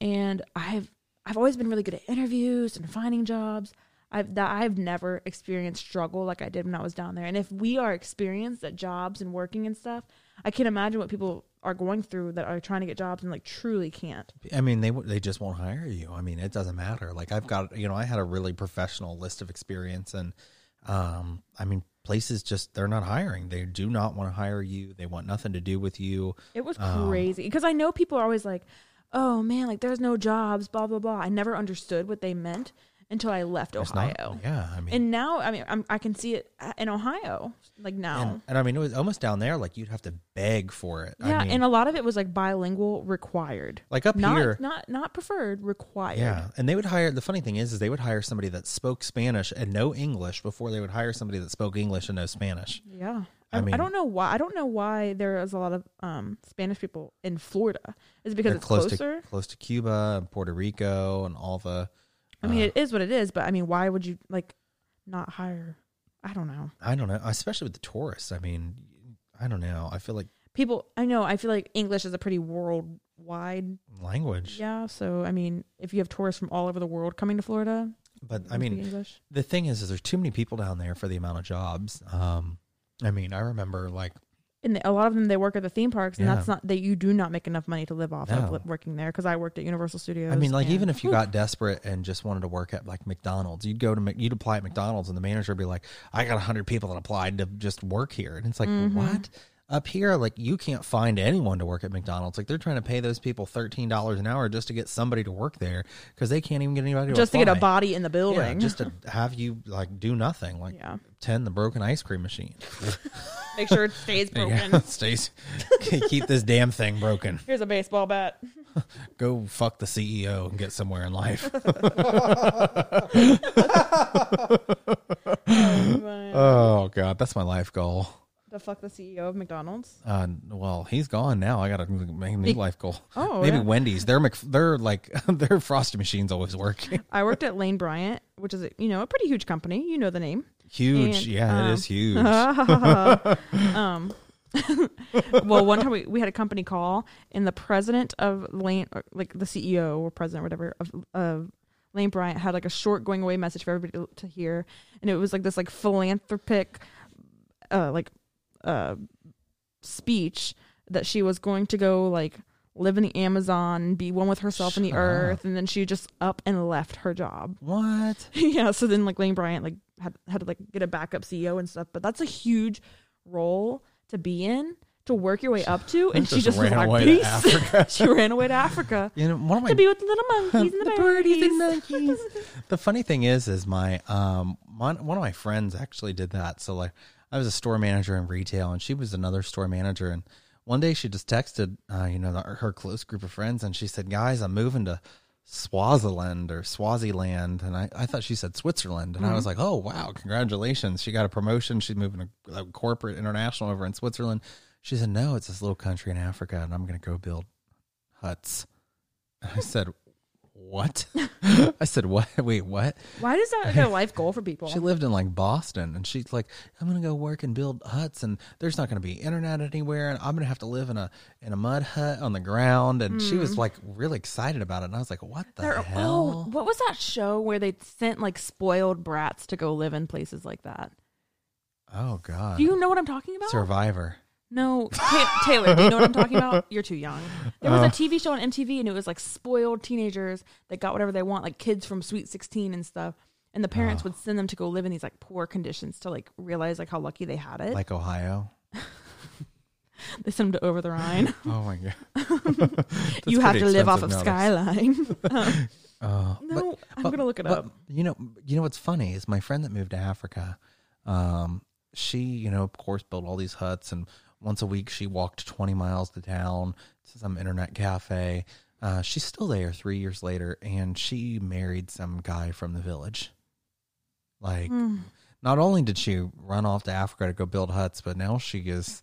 and I've I've always been really good at interviews and finding jobs. I've that I've never experienced struggle like I did when I was down there. And if we are experienced at jobs and working and stuff, I can't imagine what people are going through that are trying to get jobs and like truly can't.
I mean, they w- they just won't hire you. I mean, it doesn't matter. Like I've got, you know, I had a really professional list of experience, and um, I mean, places just they're not hiring. They do not want to hire you. They want nothing to do with you.
It was
Um,
crazy because I know people are always like, "Oh man, like there's no jobs, blah blah blah." I never understood what they meant until I left
It's
Ohio.
not- yeah, I mean,
And now, I mean, I'm, I can see it uh, in Ohio. Like now,
and, and I mean, it was almost down there. Like you'd have to beg for it.
yeah,
I mean,
and a lot of it was like bilingual required,
Like up
not,
here-
not not preferred, required.
yeah, and they would hire. The funny thing is, is they would hire somebody that spoke Spanish and no English before they would hire somebody that spoke English and no Spanish.
yeah.
I
I,
mean-
I don't know why. I don't know why there is a lot of um, Spanish people in Florida. Is it because
They're
it's closer?
to close to Cuba and Puerto Rico and all the.
I
uh
mean, it is what it is, but I mean, why would you like not hire? I don't know.
I don't know, especially with the tourists. I mean, I don't know. I feel like
People, I know. I feel like English is a pretty worldwide.
language,
Yeah, so I mean, if you have tourists from all over the world coming to Florida,
but I
you speak
mean,
English.
the thing is, is there's too many people down there for the amount of jobs. Um, I mean, I remember like
and a lot of them they work at the theme parks, and
Yeah.
that's not that you do not make enough money to live off
No.
of li- working there. Because I worked at Universal Studios.
I mean, like
and-
even if you got desperate and just wanted to work at like McDonald's, you'd go to Mc- you'd apply at McDonald's, and the manager would be like, "I got hundred people that applied to just work here," and it's like,
Mm-hmm.
what? Up here, like you can't find anyone to work at McDonald's. Like they're trying to pay those people thirteen dollars an hour just to get somebody to work there because they can't even get anybody to
just to get a
apply.
body in the building,
Yeah, just to have you like do nothing, like
Yeah.
tend the broken ice cream machine.
make sure it stays broken.
yeah, Stacy, keep this damn thing broken.
Here's a baseball bat.
Go fuck the CEO and get somewhere in life. oh god, that's my life goal.
The fuck the CEO of McDonald's.
Uh, well, he's gone now. I gotta make a new life goal.
Oh,
maybe
yeah.
Wendy's. Their Mc, their like their frosty machine's always working.
I worked at Lane Bryant, which is a, you know a pretty huge company. You know the name.
Huge,
And,
yeah, it
um,
is huge.
um, well, one time we, we had a company call, and the president of Lane, or, like the CEO or president, or whatever, of, of Lane Bryant had like a short going away message for everybody to, to hear, and it was like this like philanthropic, uh, like, uh, speech that she was going to go like live in the Amazon, be one with herself and the earth, and then she just up and left her job.
What?
yeah. So then like Lane Bryant like had had to like get a backup CEO and stuff, but that's a huge role to be in to work your way up to, and she
Just
just was
ran
like,
away to
"Peace."
Africa.
she ran away to Africa
You know, one of my
to be with the little monkeys and the, birdies.
monkeys. the funny thing is, is my um mon- one of my friends actually did that. So like, I was a store manager in retail, and she was another store manager. And one day she just texted, uh, you know, the, her close group of friends, and she said, "Guys, I'm moving to." Swaziland or Swaziland, and I, I thought she said Switzerland, and I was like,
Mm-hmm.
oh wow, congratulations! She got a promotion. She's moving to like, corporate international over in Switzerland. She said, no, it's this little country in Africa, and I'm going to go build huts. And I said, what? I said, what? Wait, what?
Why does that like a life goal for people?
She lived in like Boston and she's like, I'm going to go work and build huts and there's not going to be internet anywhere. And I'm going to have to live in a, in a mud hut on the ground. And she was like really excited about it. And I was like, what the
Hmm. They're-
hell?
Oh, what was that show where they sent like spoiled brats to go live in places like that?
Oh God.
Do you know what I'm talking about?
Survivor.
No, Ta- Taylor, do you know what I'm talking about? You're too young. There
Uh-huh.
was a TV show on MTV, and it was like spoiled teenagers that got whatever they want, like kids from Sweet 16 and stuff. And the
Oh.
parents would send them to go live in these like poor conditions to like realize like how lucky they had it.
Like Ohio.
they sent them to Over the Rhine.
Oh my God. That's
you have
pretty
to live off of
expensive notice.
Skyline. Um, no,
but-
I'm
but-
gonna look it
but,
up.
You know, you know what's funny is my friend that moved to Africa. Um, she, you know, of course, built all these huts, and once a week she walked twenty miles to town to some internet cafe. Uh, she's still there three years later, and she married some guy from the village. Like,
Mm-hmm.
not only did she run off to Africa to go build huts, but now she is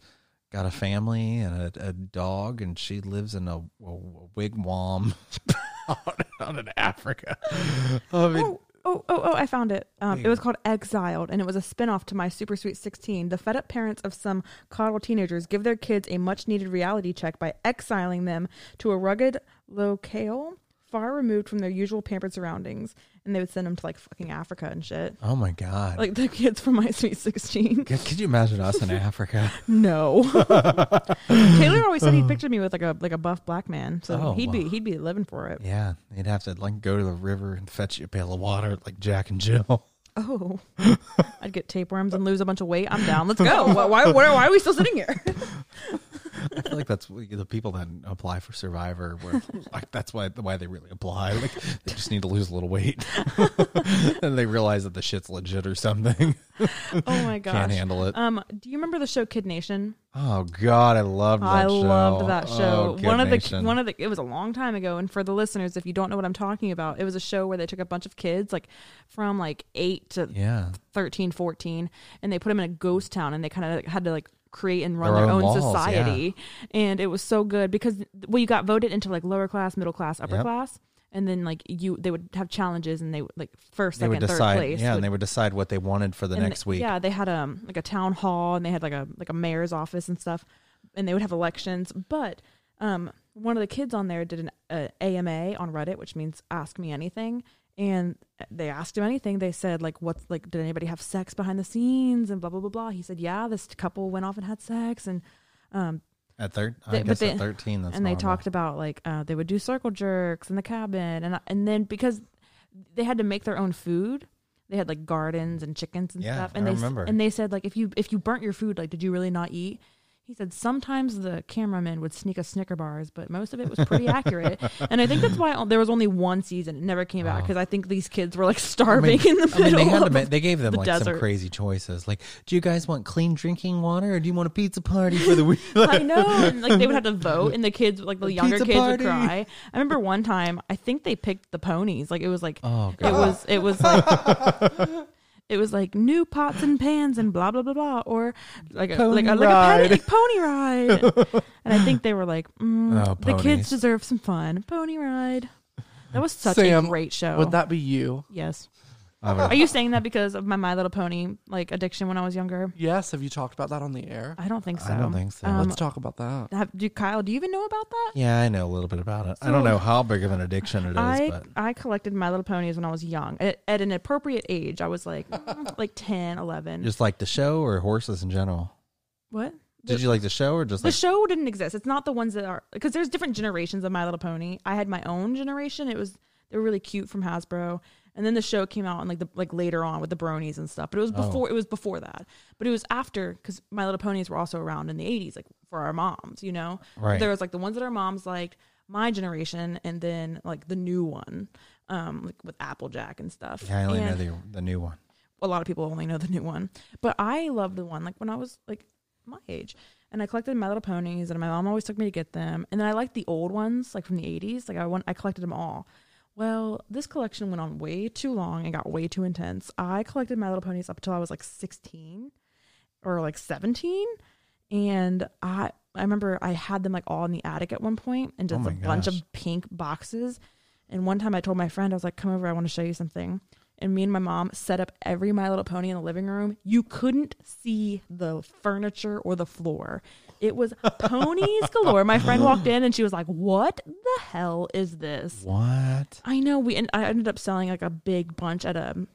got a family and a, a dog, and she lives in a, a wigwam out, out in Africa. I mean,
Oh, oh, oh, oh, I found it. Um, it was
Hmm.
called Exiled, and it was a spinoff to My Super Sweet 16. The fed up parents of some coddled teenagers give their kids a much needed reality check by exiling them to a rugged locale far removed from their usual pampered surroundings. And they would send them to like fucking Africa and shit.
oh my god!
Like the kids from My Sweet 16.
C- could you imagine us in Africa?
No. Taylor always said he pictured me with like a like a buff black man. So
Oh,
he'd be
wow.
he'd be living for it.
Yeah, you'd have to like go to the river and fetch you a pail of water, like Jack and Jill.
Oh, I'd get tapeworms and lose a bunch of weight. I'm down. Let's go. Why, why, why, why are we still sitting here?
I feel like that's what- the people that apply for Survivor. Were, like that's why why they really apply. Like they just need to lose a little weight, and they realize that the shit's legit or something.
Oh my gosh.
Can't handle it.
Um, do you remember the show Kid Nation?
Oh God, I loved that
I
show.
loved that show.
Oh,
One of
Kid
the
Nation.
one of the it was a long time ago, and for the listeners, if you don't know what I'm talking about, it was a show where they took a bunch of kids like from like eight to
yeah.
thirteen, fourteen, 13, 14, and they put them in a ghost town, and they kind of had to like create and run
Their
their,
own
own,
laws,
society. And it was so good because well, you got voted into like lower class, middle class, upper
Yep.
class, and then like you they would have challenges, and they would like first,
They
second,
would
third
decide.
place.
yeah,
would
and they would decide what they wanted for the
and
next
they-
week.
Yeah, they had um like a town hall and they had like a like a mayor's office and stuff, and they would have elections. But um, one of the kids on there did an uh, AMA on Reddit, which means Ask Me Anything, and they asked him anything. They said like, "What's like? Did anybody have sex behind the scenes?" And blah blah blah blah. He said, "Yeah, this couple went off and had sex," and
At thir- I
they-
guess at thirteen, that's
and they
normal.
talked about like uh, they would do circle jerks in the cabin, and uh, and then because they had to make their own food, they had like gardens and chickens and
Yeah,
stuff.
I
And they s-
remember.
and they said like if you if you burnt your food, like did you really not eat? He said sometimes the cameraman would sneak us Snicker bars, but most of it was pretty accurate. And I think that's why o- there was only one season; it never came back because I think these kids were like starving in the
I mean,
middle.
they had to
of
make, they gave them
the
like some
desert.
crazy choices. Like, do you guys want clean drinking water, or do you want a pizza party for the week?
I know. And, like they would have to vote, and the kids, like the younger
pizza
kids,
party.
would cry. I remember one time, I think they picked the ponies. Like it was like
Oh,
it
God.
was it was like it was like new pots and pans and blah blah blah blah, or like a, like a, like a petty, pony ride. and I think they were like, mm,
Oh,
the
ponies.
kids deserve some fun. Pony ride. That was such
Sam,
a great show.
Would that be you?
yes.
I would-
Are you saying that because of my My Little Pony like addiction when I was younger?
Yes. Have you talked about that on the air?
I don't think so. Um,
I don't think so.
Let's talk about that.
have, do, Kyle, do you even know about that?
yeah, I know a little bit about it. I don't know how big of an addiction it is,
I,
but
I collected My Little Ponies when I was young. At, at an appropriate age, I was like mm, like 10, 11.
just like the show or horses in general.
what?
Did you like the show or just
The
like
show didn't exist. It's not the ones that are because there's different generations of My Little Pony. I had my own generation. It was they were really cute from Hasbro, and then the show came out and like the like later on with the Bronies and stuff. But it was
Oh.
before it was before that. But it was after because My Little Ponies were also around in the '80s, like for our moms, you know.
Right.
There was like the ones that our moms liked, my generation, and then like the new one, um, like with Applejack and stuff.
I only know
And-
the the new one.
a lot of people only know the new one, but I love the one like when I was like my age, and I collected My Little Ponies, and my mom always took me to get them, and then I liked the old ones like from the eighties, like I won I collected them all. Well, this collection went on way too long and got way too intense. I collected My Little Ponies up until I was like sixteen or like 17 and i i remember i had them like all in the attic at one point and just
Oh my
a bunch
gosh.
of pink boxes and one time i told my friend i was like come over i want to show you something and me and my mom set up every my little pony in the living room you couldn't see the furniture or the floor it was ponies galore my friend walked in and she was like what the hell is this
What?
I know we and I ended up selling like a big bunch at a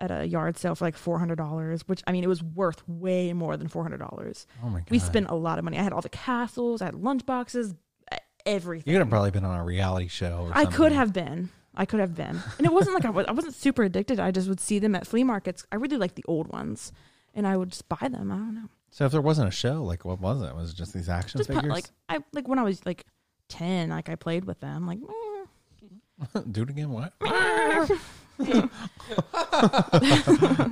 at a yard sale for like four hundred dollars, which I mean it was worth way more than four hundred dollars.
Oh my
We
God.
spent a lot of money. I had all the castles, I had lunch boxes, e- everything.
You could have probably been on a reality show. Or
I
something.
could have been. I could have been. And it wasn't like I was I wasn't super addicted. I just would see them at flea markets. I really like the old ones. And I would just buy them. I don't know.
So if there wasn't a show, like what was it? Was it just these action
Just put,
figures?
like I like when I was like ten, like I played with them. Like eh.
Do it again. What? oh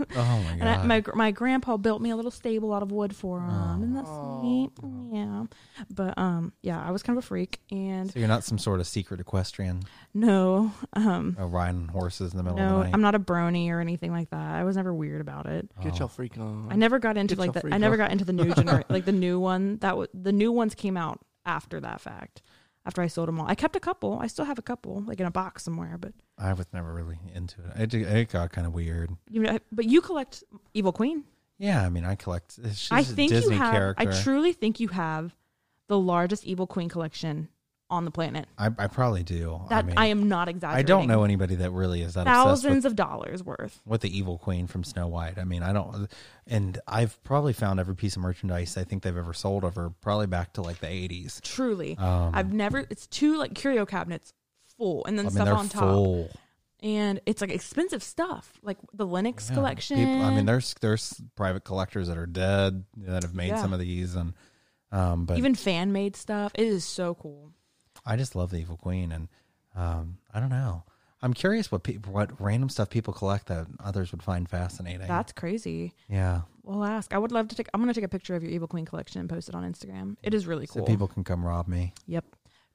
my
And I,
god! Oh.
my gr- my grandpa built me a little stable out of wood for him, and that's neat. Yeah, but um, yeah, I was kind of a freak, and
so you're not some sort of secret equestrian
no, um,
uh, riding horses in the middle
no,
of the night.
I'm not a brony or anything like that. I was never weird about it.
Get your freak on.
I
Um,
never got into
Get
like
your
the I
freak
never
on.
got into the new gener like the new one that was the new ones came out after that fact. After I sold them all, I kept a couple. I still have a couple, like in a box somewhere. But
I was never really into it. It, did- it got kind of weird.
you know, but you collect Evil Queen.
Yeah, I mean, I collect. uh, She's
I think
a Disney
you have.
character.
I truly think you have the largest Evil Queen collection on the planet.
I, I probably do.
That
I
I,
mean,
am not
I
exaggerating.
don't know anybody that really is that obsessed
thousands
with,
of dollars worth.
with the evil queen from Snow White. I mean, I don't. And I've probably found every piece of merchandise I think they've ever sold of her, probably back to like the eighties.
Truly, I've never. It's two like curio cabinets full, and then
Um, I mean,
stuff
they're
on top,
full.
and it's like expensive stuff, like the Linux
Yeah.
collection.
People- I mean, there's there's private collectors that are dead that have made
Yeah.
some of these, and um, but
even fan made stuff. It is so cool.
I just love the Evil Queen, and um, I don't know. I'm curious what people, what random stuff people collect that others would find fascinating.
That's crazy.
yeah,
We'll ask. I would love to take. I'm gonna take a picture of your Evil Queen collection and post it on Instagram. It is really
so
cool.
people can come rob me.
yep.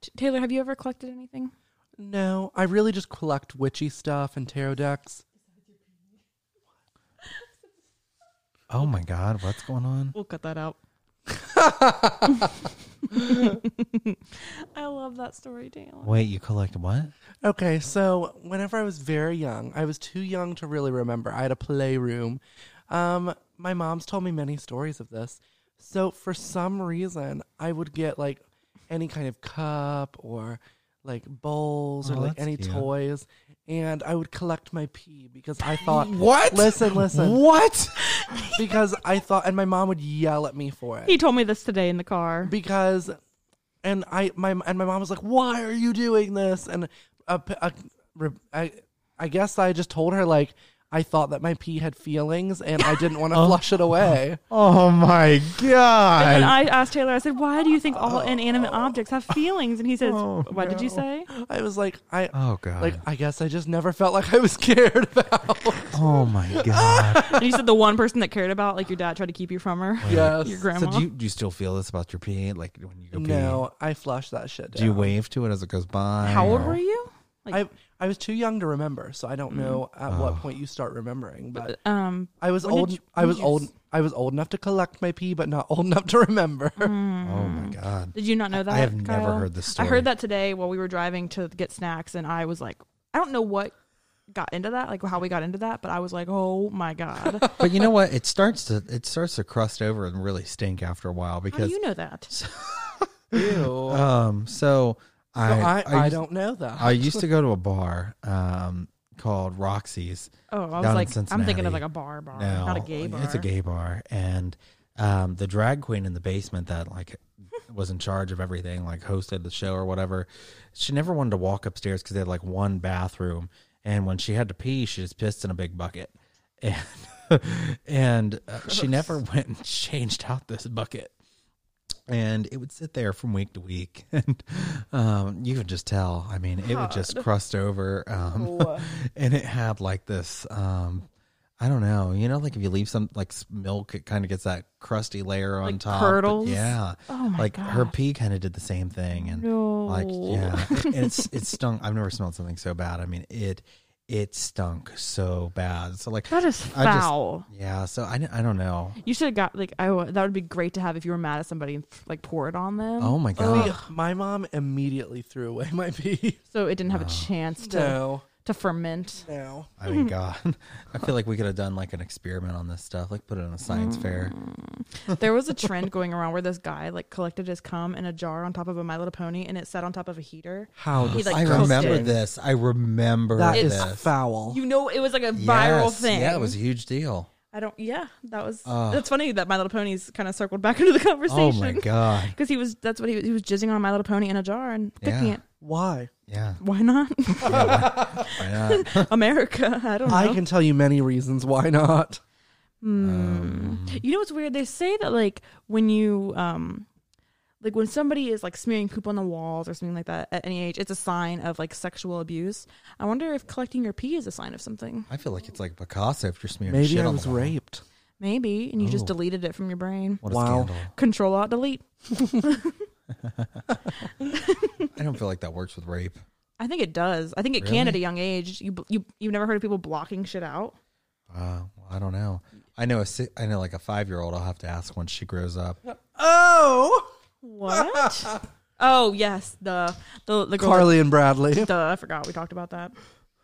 T- Taylor, have you ever collected anything?
No, I really just collect witchy stuff and tarot decks.
Oh my God, what's going on?
We'll cut that out. I love that story, Taylor.
Wait, you collect what?
Okay, so whenever I was very young, I was too young to really remember. I had a playroom. Um, my mom's told me many stories of this. So for some reason, I would get like any kind of cup or like bowls or
Oh,
like
that's
any
cute.
toys, and I would collect my pee because I thought
What?
Listen, listen,
What?
because I thought, and my mom would yell at me for it
He told me this today in the car.
because and i my and my mom was like why are you doing this and uh, p- uh, re- I, I guess i just told her like i thought that my pee had feelings and i didn't want to flush it away
Oh my God.
And I asked Taylor, I said, why do you think all inanimate
Oh.
objects have feelings? And he says, what did you say?
i was like i
Oh God.
like i guess i just never felt like i was cared about
oh my God.
And he said, the one person that cared about, like your dad tried to keep you from her,
yes
your grandma.
so do you, do you still feel this about your pee? Like when you go pee?
no i flushed that shit down.
Do you wave to it as it goes by?
How old
or-
were you?
I, I was too young to remember, so I don't know
Mm-hmm.
at
Oh.
what point you start remembering. But
Um,
I was
when did
old.
you-
I
when
was
did you
old.
s-
I was old enough to collect my pee, but not old enough to remember.
Mm-hmm.
Oh my God.
Did you not know that?
have never
Kyle?
heard this
I
story.
heard that today while we were driving to get snacks, and I was like, I don't know what got into that, like how we got into that, but I was like, oh my God.
But you know what? It starts to it starts to crust over and really stink after a while
how do
because
you know that?
Ew.
um so I
So I, I,
used-
don't know that.
I used to go to a bar um called Roxy's.
Oh, I
down in
was like, I'm thinking
Cincinnati.
of like a bar bar,
No,
not a gay bar.
It's a gay bar, and um, the drag queen in the basement that like was in charge of everything, like hosted the show or whatever. She never wanted to walk upstairs because they had like one bathroom, and when she had to pee, she just pissed in a big bucket, and and uh, she never went and changed out this bucket and it would sit there from week to week and um, you could just tell i mean it would just crust over um, and it had like this um, i don't know you know like if you leave some like s- milk it kind of gets that crusty layer on
Like
top
curdles?
yeah
Oh my
like her
gosh.
pee kind of did the same thing and like
No.
yeah and it's it stunk i've never smelled something so bad i mean it it stunk so bad so like
That is
I just-
foul.
yeah so I, I don't know
you should have got like I. wa- That would be great to have if you were mad at somebody and like pour it on them.
oh my god
See, my mom immediately threw away my pee.
So it didn't have a chance to
No,
to ferment.
no.
I mean, God, I feel like we could have done like an experiment on this stuff, like put it on a science fair.
There was a trend going around where this guy like collected his cum in a jar on top of a My Little Pony and it sat on top of a heater.
How
He, like,
I
cooked
remember
it.
this. I remember
that is
this.
foul.
You know, it was like a viral
Yes.
thing.
Yeah, it was a huge deal.
I don't. Yeah, that was. that's funny that My Little Pony's kind of circled back into the conversation.
Oh my God.
Because he was. That's what he was. He was jizzing on a My Little Pony in a jar and picking
Yeah.
it.
Why?
Yeah.
Why not?
Why not?
America. I don't know. Hmm.
I can tell you many reasons why not.
You know what's weird? They say that like when you um like when somebody is like smearing poop on the walls or something like that at any age, it's a sign of like sexual abuse. I wonder if collecting your pee is a sign of something.
I feel like it's like Picasso if you're smearing
Maybe
shit
I
on
was
the wall.
raped.
Maybe. And you
Oh.
just deleted it from your brain.
What a
Wow.
scandal.
Control alt delete.
I don't feel like that works with rape.
I think it does. I think it can at a young age. You you you've never heard of people blocking shit out.
Uh, well, I don't know. I know a si- I know like a five year old. I'll have to ask once she grows up.
Oh,
What? oh yes, the the the girl
Carly and Bradley.
Duh, I forgot we talked about that.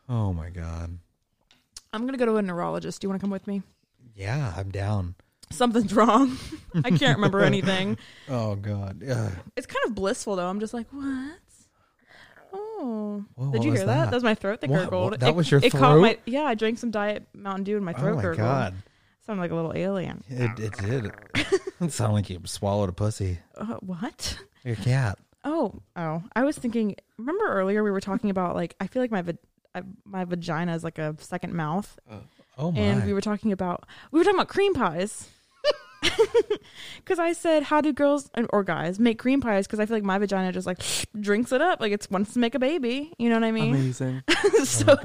Oh my god.
I'm gonna go to a neurologist. Do you want to come with me?
Yeah, I'm down.
Something's wrong. I can't remember anything.
Oh god. Ugh.
It's kind of blissful though. I'm just like, what? Oh,
Whoa,
did
what
you
was
hear that?
that?
That was my throat that
What-
gurgled.
what- that
It-
was your
it Caught my,
throat?
yeah, I drank some Diet Mountain Dew and my throat
Oh my
gurgled.
god.
Sounded like a little alien.
It, it did. it sounded like you swallowed a pussy.
Uh, what?
Like a cat.
Oh, oh. I was thinking. Remember earlier we were talking about like I feel like my va- I, my vagina is like a second mouth,
Oh my!
and we were talking about we were talking about cream pies. Because I said, how do girls and- or guys make cream pies? Because I feel like my vagina just like drinks it up, like it's wants to make a baby. You know what I mean?
Amazing.
so,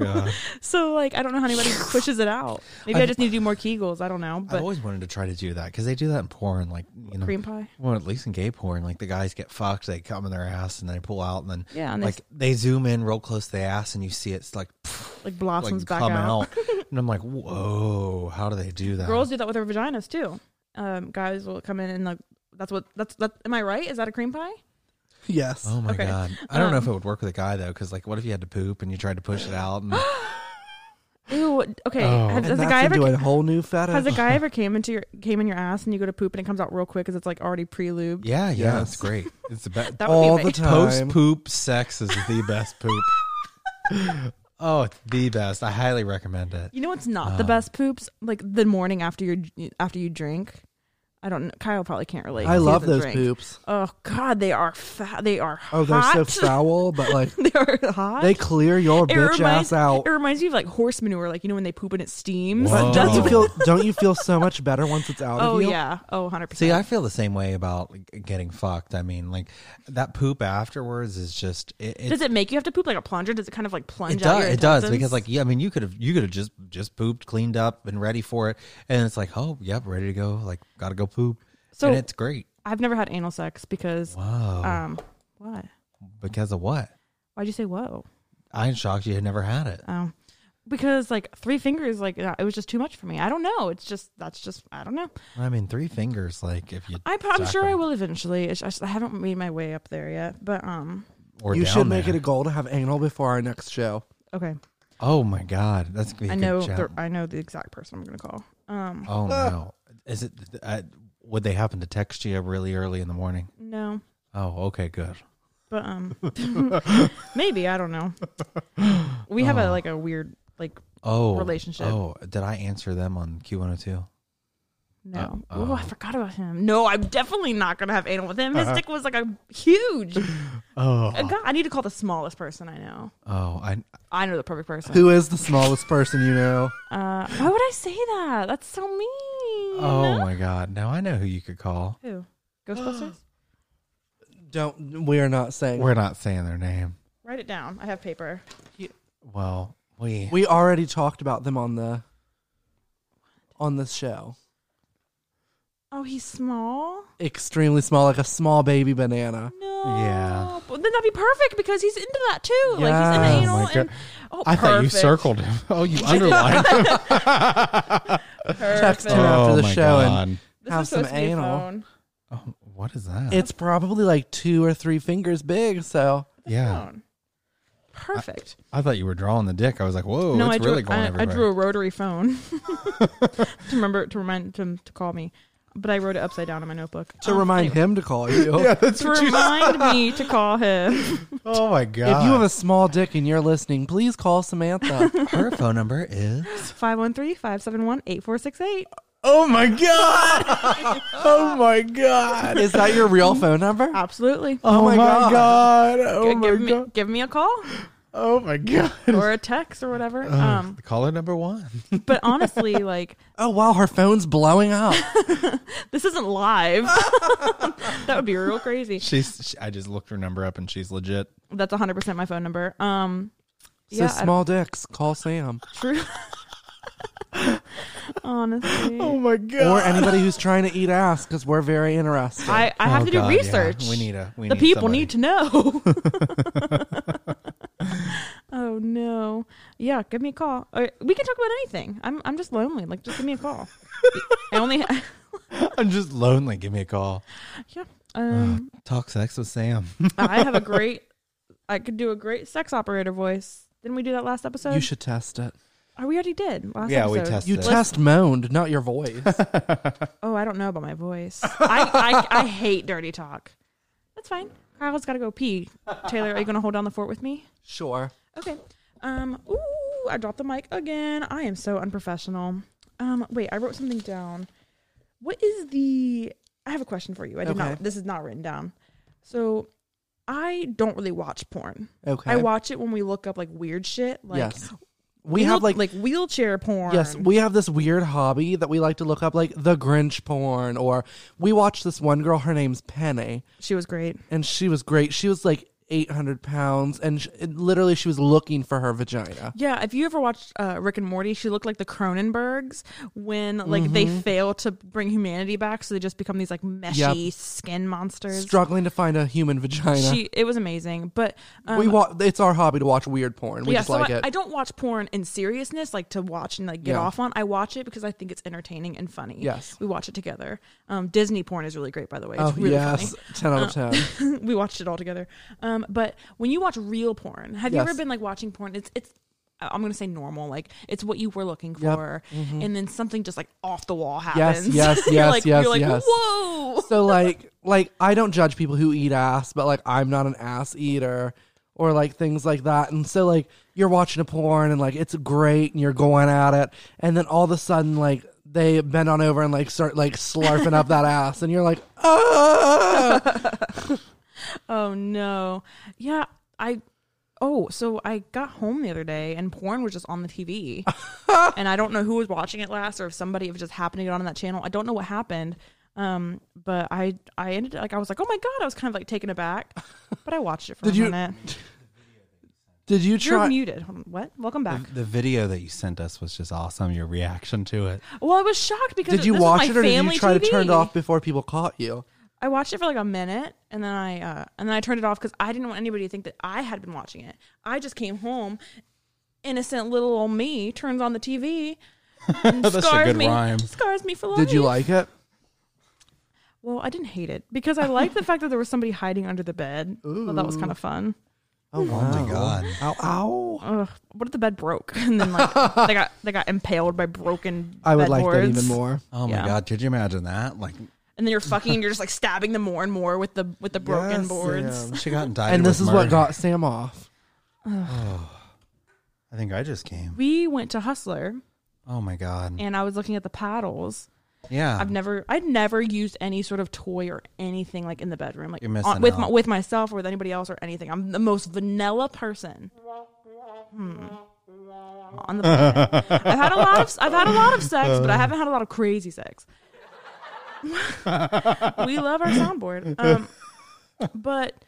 so like I don't know how anybody pushes it out. Maybe i just need to do more Kegels. I don't know,
I've
but
always wanted to try to do that because they do that in porn, like you know,
cream pie.
Well, at least in gay porn, like the guys get fucked, they come in their ass, and they pull out, and then
Yeah, and they
like
s-
they, zoom in real close to the ass, and you see it's like pfft,
like blossoms
like
back
come
out.
out, and I'm like, whoa, how do they do that?
Girls do that with their vaginas too. Um, guys will come in and like that's what that's that. Am I right? Is that a cream pie?
Yes.
oh my
okay.
god, I don't know if
Um,
it would work with a guy though, because like, what if you had to poop and you tried to push it out? And,
Ew. Okay.
Oh.
Has, has
and
a
that's
guy
into
ever
a whole new fetish.
has a guy ever came into your came in your ass and you go to poop and it comes out real quick because it's like already pre lubed?
yeah, yeah,
Yes.
it's great. It's the best.
That would
all
be
the
amazing.
time.
Post poop sex is the best poop. oh, it's the best. I highly recommend it.
You know what's not
Uh.
the best poops? Like the morning after you after you drink. I don't. know. Kyle probably can't relate.
I
He
love
doesn't
those
drink.
poops.
Oh God, they are fat. They are hot.
Oh, they're so foul, but like
they are hot.
they clear your
It
bitch
reminds-
ass out.
It reminds me of like horse manure, like you know when they poop and it steams.
Whoa.
But don't you
Oh.
feel? Don't you feel so much better once it's out
Oh
of you?
yeah. Oh, 100 percent.
See, I feel the same way about like, getting fucked. I mean, like that poop afterwards is just it. it
does it make you have to poop like a plunger? Does it kind of like plunge
it
out
does.
your
It does
intestines?
because, like, yeah. I mean, you could have you could have just just pooped, cleaned up, and ready for it, and it's like, oh, yep, ready to go. Like, gotta go poop,
So-
and it's great.
I've never had anal sex because
Whoa,
um what?
because of what?
Why'd you say whoa?
I'm shocked you had never had it.
Oh. Because like three fingers, like uh, it was just too much for me. I don't know. It's just that's just I don't know.
I mean, three fingers. Like, if you,
I, I'm
Suck
sure I
them.
will eventually. It's just- I haven't made my way up there yet, but um,
or
You
down
should make
there.
it a goal to have anal before our next show.
okay.
Oh my god, that's gonna be a
I
good
know
job.
the, I know the exact person I'm gonna call. Um,
Oh no, is it? Uh, would they happen to text you really early in the morning?
no,
Oh, okay, good.
but um, maybe I don't know. We have a like a weird like
oh,
relationship.
Oh, did I answer them on Q102?
No. oh, I forgot about him. No, I'm definitely not gonna have anal with him. His dick was like a huge. Oh. I need to call the smallest person I know.
Oh, I
I know the perfect person.
who is the smallest person you know?
Uh, why would I say that? That's so mean.
Oh my god. Now I know who you could call.
Who? Ghostbusters?
Don't. We are not saying.
We're not saying their name.
Write it down. I have paper.
Well, we
we already talked about them on the on the show.
Oh, he's small.
Extremely small, like a small baby banana.
No.
Yeah.
But then that'd be perfect because he's into that too. Like he's
Yes.
into
Oh
anal.
my
and,
God.
oh,
I thought you
perfect.
circled him. Oh, you underlined him.
Text him
Perfect.
after
Oh
the
my
show
God.
and
This
have
was
some
supposed to be a
anal.
phone.
Oh, what is that?
It's probably like two or three fingers big. So
yeah.
Phone. Perfect.
I thought you were drawing the dick. I was like, whoa,
no,
it's
I drew.
Oh, really going
I, I
everywhere.
drew a rotary phone to remember to remind him to call me, but I wrote it upside down in my notebook
to
Um,
remind him to call you.
yeah, that's
to
what you
remind me to call him.
Oh my
If
god.
you have a small dick and you're listening, please call Samantha.
her phone number is
513-571-8468.
Oh my god. oh my god.
Is that your real phone number?
Absolutely.
Oh, my god.
G-
Oh my
give me
god.
give me a call
Oh my god.
or a text or whatever. Um,
Caller number 1.
but honestly, like
Oh wow, her phone's blowing up.
this isn't live. that would be real crazy.
She's she, I just looked her number up and she's legit.
That's 100% my phone number. Um
So
yeah, I-
small dicks, call Sam.
true. honestly.
my god.
Or anybody who's trying to eat ass, because we're very interested.
I, I have
Oh,
to
God,
do
yeah.
research.
We need a. We
the
need
people
somebody.
need to know. oh no! Yeah, give me a call. Or we can talk about anything. I'm I'm just lonely. Like, just give me a call. I only
I'm just lonely. Give me a call.
yeah. Um,
Talk sex with Sam.
I have a great. I could do a great sex operator voice. Didn't we do that last episode?
you should test it.
Oh, we already did. Last
Yeah, we
episode.
tested
You
Let's-
test moaned, not your voice.
Oh, I don't know about my voice. I, I I hate dirty talk. That's fine. Kyle's got to go pee. Taylor, are you gonna hold down the fort with me?
sure.
Okay. Um. Ooh, I dropped the mic again. I am so unprofessional. Um. Wait, I wrote something down. What is the? I have a question for you. I did
Okay.
not. This is not written down. So, I don't really watch porn.
Okay.
I watch it when we look up like weird shit. Like
yes. We
wheel-
have like,
like wheelchair porn.
yes, we have this weird hobby that we like to look up, like the Grinch porn, or we watched this one girl. Her name's Penny,
she was great.
and she was great. She was like eight hundred pounds, and sh it- literally she was looking for her vagina.
Yeah, if you ever watched uh, Rick and Morty, she looked like the Cronenbergs when like they
Mm-hmm.
fail to bring humanity back, so they just become these like meshy skin monsters.
Struggling to find a human vagina.
She it was amazing, but um,
we wa- It's our hobby to watch weird porn. We just
so
like
I,
it.
I don't watch porn in seriousness, like to watch and like get
Yeah.
off on. I watch it because I think it's entertaining and funny.
Yes.
we watch it together. Um, Disney porn is really great, by the way. It's
oh
really Uh,
yes, ten out of ten.
funny. we watched it all together. Um, but when you watch real porn, have you
Yes.
ever been like watching porn? It's it's I- I'm gonna say normal, like it's what you were looking
Yep. Mm-hmm.
for, and then something just like off the wall
Yes,
happens.
yes,
you're
yes,
like,
yes,
You're like,
yes.
whoa.
so like like I don't judge people who eat ass, but like I'm not an ass eater or like things like that. And so like you're watching a porn and like it's great and you're going at it and then all of a sudden like they bend on over and like start like slurping up that ass and you're like, oh
Oh no. Yeah, I Oh, so I got home the other day and porn was just on the TV. and I don't know who was watching it last or if somebody if it just happened to get on that channel. I don't know what happened. Um, but I I ended up, like I was like, "Oh my god, I was kind of like taken aback." But I watched it for
Did
a
you
minute.
Did you
You're
try
muted. Hold on, What? Welcome back.
The video that you sent us was just awesome. Your reaction to it.
Well, I was shocked because
Did you
this is
watch
my
it or did you
family
try to
TV.
turn it off before people caught you?
I watched it for like a minute and then I uh, and then I turned it off because I didn't want anybody to think that I had been watching it. I just came home, innocent little old me turns on the TV. And
That's a
scars
good
me,
rhyme.
Scars me for life.
Did you like it?
Well, I didn't hate it because I liked the fact that there was somebody hiding under the bed. Well, that was kind of fun.
Oh, wow.
my god.
Ow ow.
Ugh, what if the bed broke and then like they got they got impaled by broken?
I would
bed
like that
boards?
even more.
Oh my
Yeah.
god. Could you imagine that? Like
And then you're fucking, you're just like stabbing them more and more with the with the broken
Yes,
boards.
Sam.
she got indicted.
And this is
with
what
murder.
got Sam off.
I think I just came.
We went to Hustler
Oh my god.
and I was looking at the paddles
Yeah.
I've never I'd never used any sort of toy or anything like in the bedroom like
You're missing
on- with
out.
my, with myself or with anybody else or anything. I'm the most vanilla person. Hmm. On the planet. I've had a lot of I've had a lot of sex,
Uh.
but I haven't had a lot of crazy sex. we love our soundboard. Um, but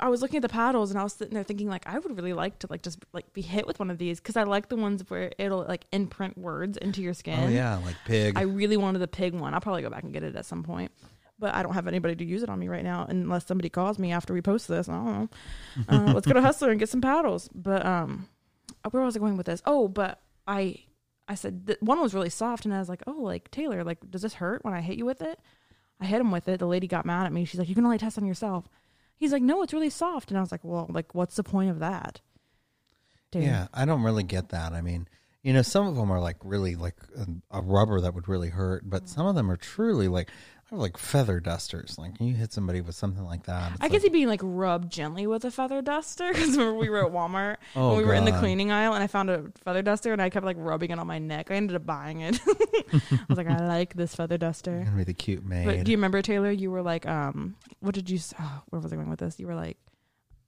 I was looking at the paddles and I was sitting there thinking like I would really like to like just like be hit with one of these because I like the ones where it'll like imprint words into your skin.
Oh yeah, like pig.
I really wanted the pig one. I'll probably go back and get it at some point. But I don't have anybody to use it on me right now unless somebody calls me after we post this. I don't know. Uh, let's go to Hustler and get some paddles. But um, where was I going with this? Oh, but I I said th- one was really soft and I was like, oh, like Taylor, like does this hurt when I hit you with it? I hit him with it. The lady got mad at me. She's like, you can only test on yourself. He's like, no, it's really soft. And I was like, well, like what's the point of that? Dude.
yeah, I don't really get that. I mean, you know, some of them are like really like a, a rubber that would really hurt,
Mm.
but some of them are truly like I have like feather dusters. Like you hit somebody with something like that. it's
I can see being like rubbed gently with a feather duster because remember we were at Walmart
Oh,
when we were in the
God.
cleaning aisle and I found a feather duster and I kept like rubbing it on my neck. I ended up buying it. I was like, I like this feather duster.
gonna be the cute maid.
But do you remember Taylor? You were like, um, what did you? s- Oh, where was I going with this? You were like,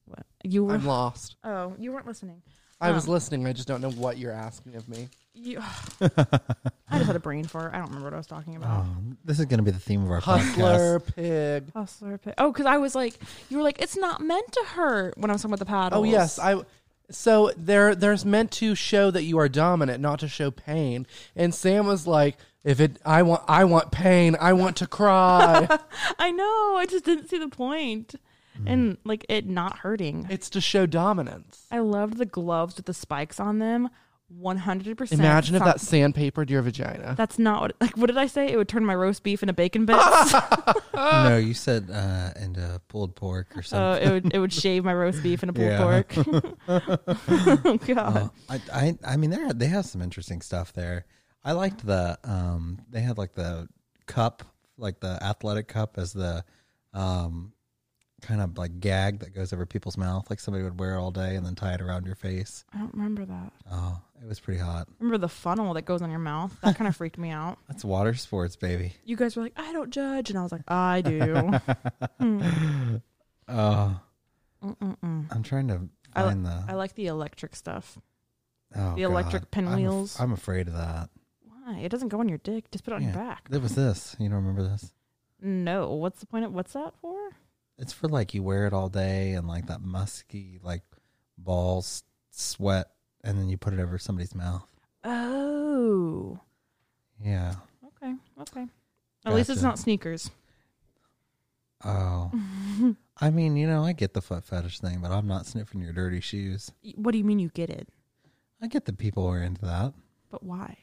what? You were
I'm lost.
oh, you weren't listening.
I was
Um,
listening. I just don't know what you're asking of me.
You, I just had a brain fart. I don't remember what I was talking about.
oh, this is gonna be the theme of our
Hustler
podcast.
pig.
Hustler pit. Oh, because I was like, you were like, it's not meant to hurt when I was talking about the paddles.
Oh yes, I. So there, there's meant to show that you are dominant, not to show pain. And Sam was like, "If it, I want, I want pain. I want to cry.
I know. I just didn't see the point. And like it not hurting.
it's to show dominance.
I loved the gloves with the spikes on them. 100%.
Imagine if
Some-
that sandpapered your vagina.
That's not what, like, what did I say? It would turn my roast beef into bacon bits.
no, you said uh and uh, pulled pork or something.
Ah. uh, it would, it would shave my roast beef into pulled
Yeah. Uh-huh.
pork. oh, God.
I, I I mean they they have some interesting stuff there. I liked the um they had like the cup like the athletic cup as the um kind of like gag that goes over people's mouth like somebody would wear all day and then tie it around your face.
I don't remember that.
Oh, it was pretty hot.
Remember the funnel that goes on your mouth? That kind of freaked me out.
That's water sports, baby.
You guys were like, I don't judge. And I was like, I do.
Oh,
Mm-mm-mm.
I'm trying to
I, li-
find
I
the
like the electric stuff.
oh,
the
God.
electric
I'm af-
pinwheels.
I'm afraid of that.
Why? It doesn't go on your dick. Just put it on
Yeah.
your back.
It was this. You don't remember this?
No, what's the point of what's that for?
It's for like you wear it all day and like that musky like balls sweat and then you put it over somebody's mouth.
Oh,
Yeah.
okay, okay. At least it's
Gotcha.
not sneakers.
Oh. I mean, you know, I get the foot fetish thing, but I'm not sniffing your dirty shoes.
Y- What do you mean you get it?
I get that people are into that.
But why?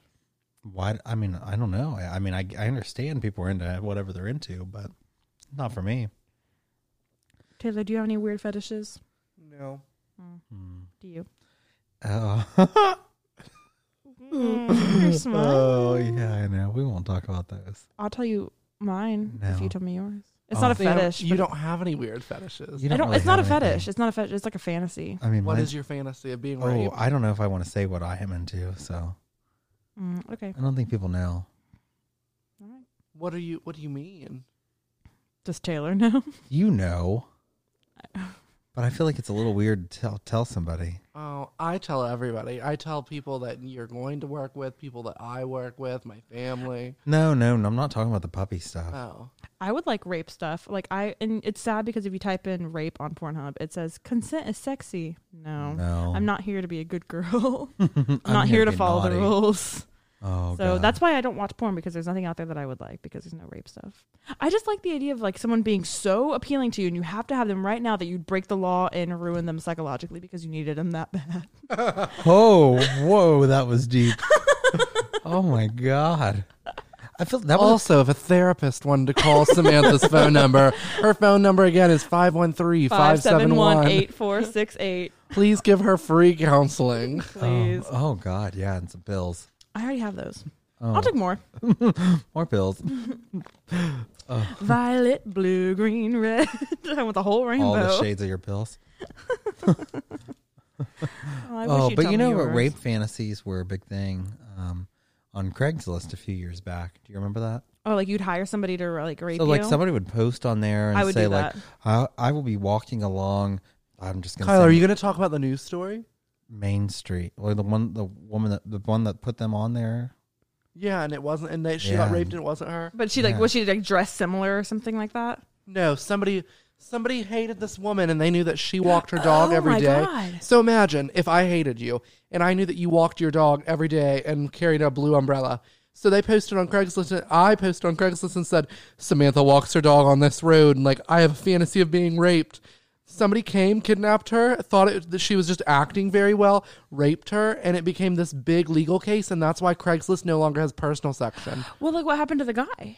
Why? I mean, I don't know. I, I mean, I, I understand people are into whatever they're into, but not for me.
Taylor, do you have any weird fetishes?
no,
Do you?
Oh.
You're smiling.
oh, yeah, I know. We won't talk about those.
I'll tell you mine if
No. Oh.
you tell me yours. It's not a
Sam,
fetish.
You
but-
don't have any weird fetishes.
You
I don't.
really
it's not a
have anything.
fetish. It's not a fetish. It's like a fantasy.
I mean,
What
mine-
is your fantasy of being
Oh,
raped?
I don't know if I want to say what I am into, so
Mm, okay.
I don't think people know.
What are you? What do you mean?
Does Taylor know?
You know. But I feel like it's a little weird to tell, tell somebody.
Oh, I tell everybody. I tell people that you're going to work with, people that I work with, my family.
No, no, no, I'm not talking about the puppy stuff.
Uh.
Oh,
I would like rape stuff. Like I, and it's sad because if you type in rape on Pornhub, it says consent is sexy. No,
No.
I'm not here to be a good girl.
I'm,
I'm not here to
be
follow
naughty.
the rules.
Oh,
so
God.
that's why I don't watch porn because there's nothing out there that I would like because there's no rape stuff. I just like the idea of like someone being so appealing to you and you have to have them right now that you'd break the law and ruin them psychologically because you needed them that bad.
Oh, whoa, that was deep. oh my God. I feel that was
Also, if a therapist wanted to call Samantha's phone number, her phone number again is 513
Five seven one
571.
eight four six eight.
Please give her free counseling.
Please,
Oh, God, yeah, and some pills.
I already have those.
Oh.
I'll take more.
More pills.
Violet, blue, green, red. I want the whole rainbow.
All the shades of your pills.
Oh, I wish
oh,
you'd
but
tell
Oh, you
me
know what
yours.
rape fantasies were a big thing um, on Craigslist a few years back. Do you remember that?
Oh, like you'd hire somebody to like rape
So like
you?
somebody would post on there and
I would
say
do
like,
that.
I, "I will be walking along." I'm just gonna
Kyle,
say
are you going to talk about the news story?
Main Street or the one the woman that the one that put them on there.
Yeah, and it wasn't, and they, she
Yeah.
got raped, and it wasn't her.
But she like
Yeah.
was she like dressed similar or something like that?
No, somebody, somebody hated this woman, and they knew that she walked her dog
Oh
every
my
day.
God.
So imagine if I hated you, and I knew that you walked your dog every day and carried a blue umbrella. So they posted on Craigslist. And I posted on Craigslist and said Samantha walks her dog on this road, and like I have a fantasy of being raped. Somebody came, kidnapped her, thought it, that she was just acting very well, raped her, and it became this big legal case, and that's why Craigslist no longer has personal section.
Well, like what happened to the guy?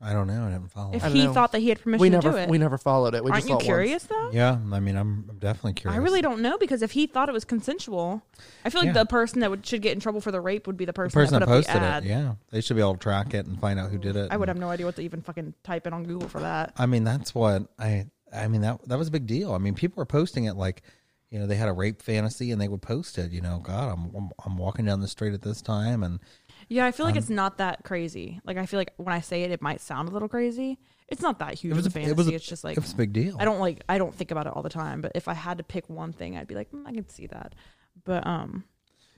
I don't know. I didn't follow.
If
it.
don't
he
know.
thought that he had permission
we
to
never,
do it,
we never followed it. We
aren't
just
you
saw it once.
curious though?
Yeah, I mean, I'm, I'm definitely
I
curious.
really don't know because if he thought it was consensual, I feel like
Yeah.
the person that would, should get in trouble for the rape would be the
The
person,
person
that
that
put
posted
up the ad.
it, yeah, they should be able to track it and find out who did it.
I would have no idea what to even fucking type in on Google for that.
I mean, that's what I. I mean that that was a big deal. I mean, people were posting it like, you know, they had a rape fantasy and they would post it. You know, God, I'm I'm, I'm walking down the street at this time and
Yeah, I feel
Um,
like it's not that crazy. Like I feel like when I say it, it might sound a little crazy. It's not that huge
it was
of a
a,
fantasy.
it was a,
it's just like
it was a big deal.
I don't like I don't think about it all the time, but if I had to pick one thing, I'd be like, mm, I can see that. But um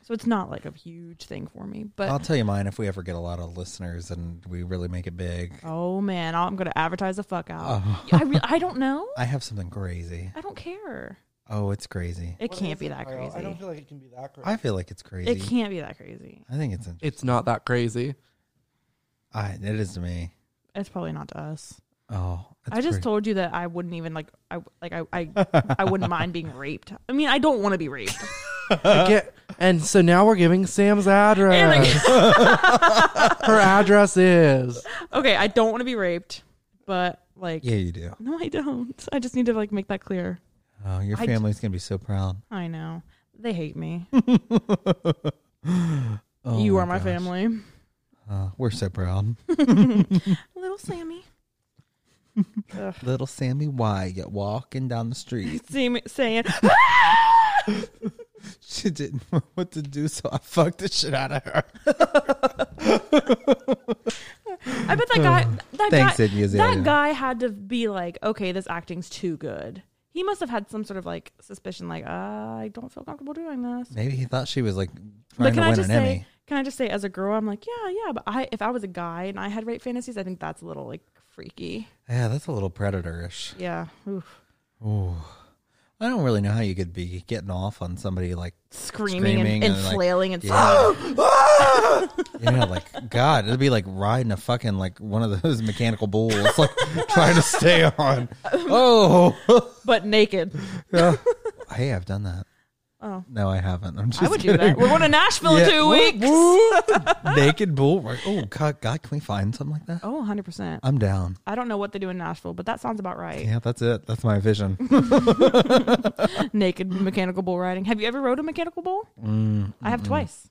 so it's not like a huge thing for me, but
I'll tell you mine if we ever get a lot of listeners and we really make it big.
oh man, I'm going to advertise the fuck out. I re- I don't know.
Oh. I have something crazy.
I don't care.
Oh, it's crazy.
It can't be that crazy.
feel like it can be that crazy.
I feel like it's crazy.
it can't be that crazy.
I think it's. in-
It's not that crazy.
I, it is to me.
It's probably not to us.
Oh, it's
I just
cra-
told you that I wouldn't even like I like I I, I wouldn't mind being raped. I mean, I don't want to be raped.
Get- and so now we're giving Sam's address. Her address is.
Okay, I don't want to be raped, but like
Yeah, you do.
no, I don't. I just need to like make that clear.
Oh, your
I-
family's gonna be so proud.
I know. They hate me.
Oh,
you are my
gosh.
family.
Uh, we're so proud.
Little Sammy.
Little Sammy Wyatt walking down the street.
Sammy saying,
She didn't know what to do, so I fucked the shit out of her.
I bet that guy that
Thanks,
guy,
Ed Museum.
that guy had to be like, okay, this acting's too good. He must have had some sort of like suspicion, like, uh, I don't feel comfortable doing this.
Maybe he thought she was like trying
But
to
can I
win an
just say,
Emmy.
can I just say, as a girl, I'm like, yeah, yeah. But I, if I was a guy and I had rape fantasies, I think that's a little like freaky.
Yeah, that's a little predatorish.
Yeah, Oof.
I don't really know how you could be getting off on somebody like
screaming,
Screaming
and, and,
and, like,
flailing and
you know, like God, it'd be like riding a fucking like one of those mechanical bulls, like trying to stay on. Oh,
but naked.
hey, I've done that. Oh no, I haven't. I'm just
I would do that. We're going to Nashville in
Yeah.
two
Woo,
weeks.
woo. Naked bull. ri- Oh God, God, can we find something like that?
Oh, 100 percent.
I'm down.
I don't know what they do in Nashville, but that sounds about right.
Yeah, that's it. That's my vision.
Naked mechanical bull riding. Have you ever rode a mechanical bull?
Mm,
I have twice.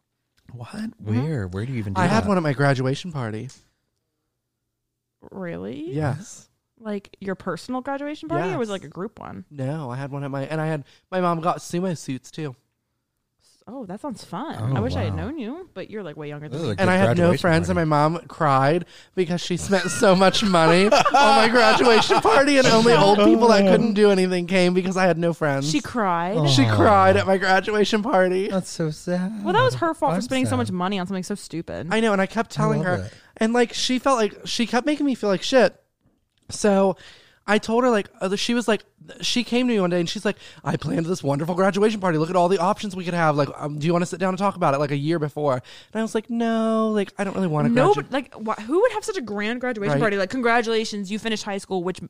what?
Mm-hmm.
Where? Where do you even? Do
I
that?
had one at my graduation party.
Really?
Yes.
Like your personal graduation party, or was it
Yes.
like a group one?
No, I had one at my, and I had my mom got sumo suits too,
Oh, that sounds fun.
Oh,
I wish I had
wow.
known you, but you're like way younger
This
than
is
me.
a
and I
good
had no
graduation
friends,
party.
and my mom cried because she spent so much money on my graduation party, and only old people that couldn't do anything came because I had no friends.
She cried.
oh,
she cried at my graduation party.
That's so sad.
Well, that was her fault for
I'm
spending so
sad.
much money on something so stupid.
I know, and I kept telling
love
her,
it.
and like she felt like she kept making me feel like shit. So I told her like uh, she was like she came to me one day and she's like, I planned this wonderful graduation party. Look at all the options we could have. Like, um, do you want to sit down and talk about it like a year before? And I was like, no, like I don't really want to.
no,
graduate.
but like, wh- who would have such a grand graduation
Right.
party? Like, congratulations, you finished high school, which m-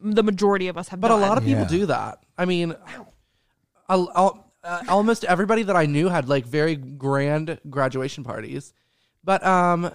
the majority of us have.
But a
done.
lot of people
Yeah.
do that. I mean, al- al- uh, almost everybody that I knew had like very grand graduation parties. But um,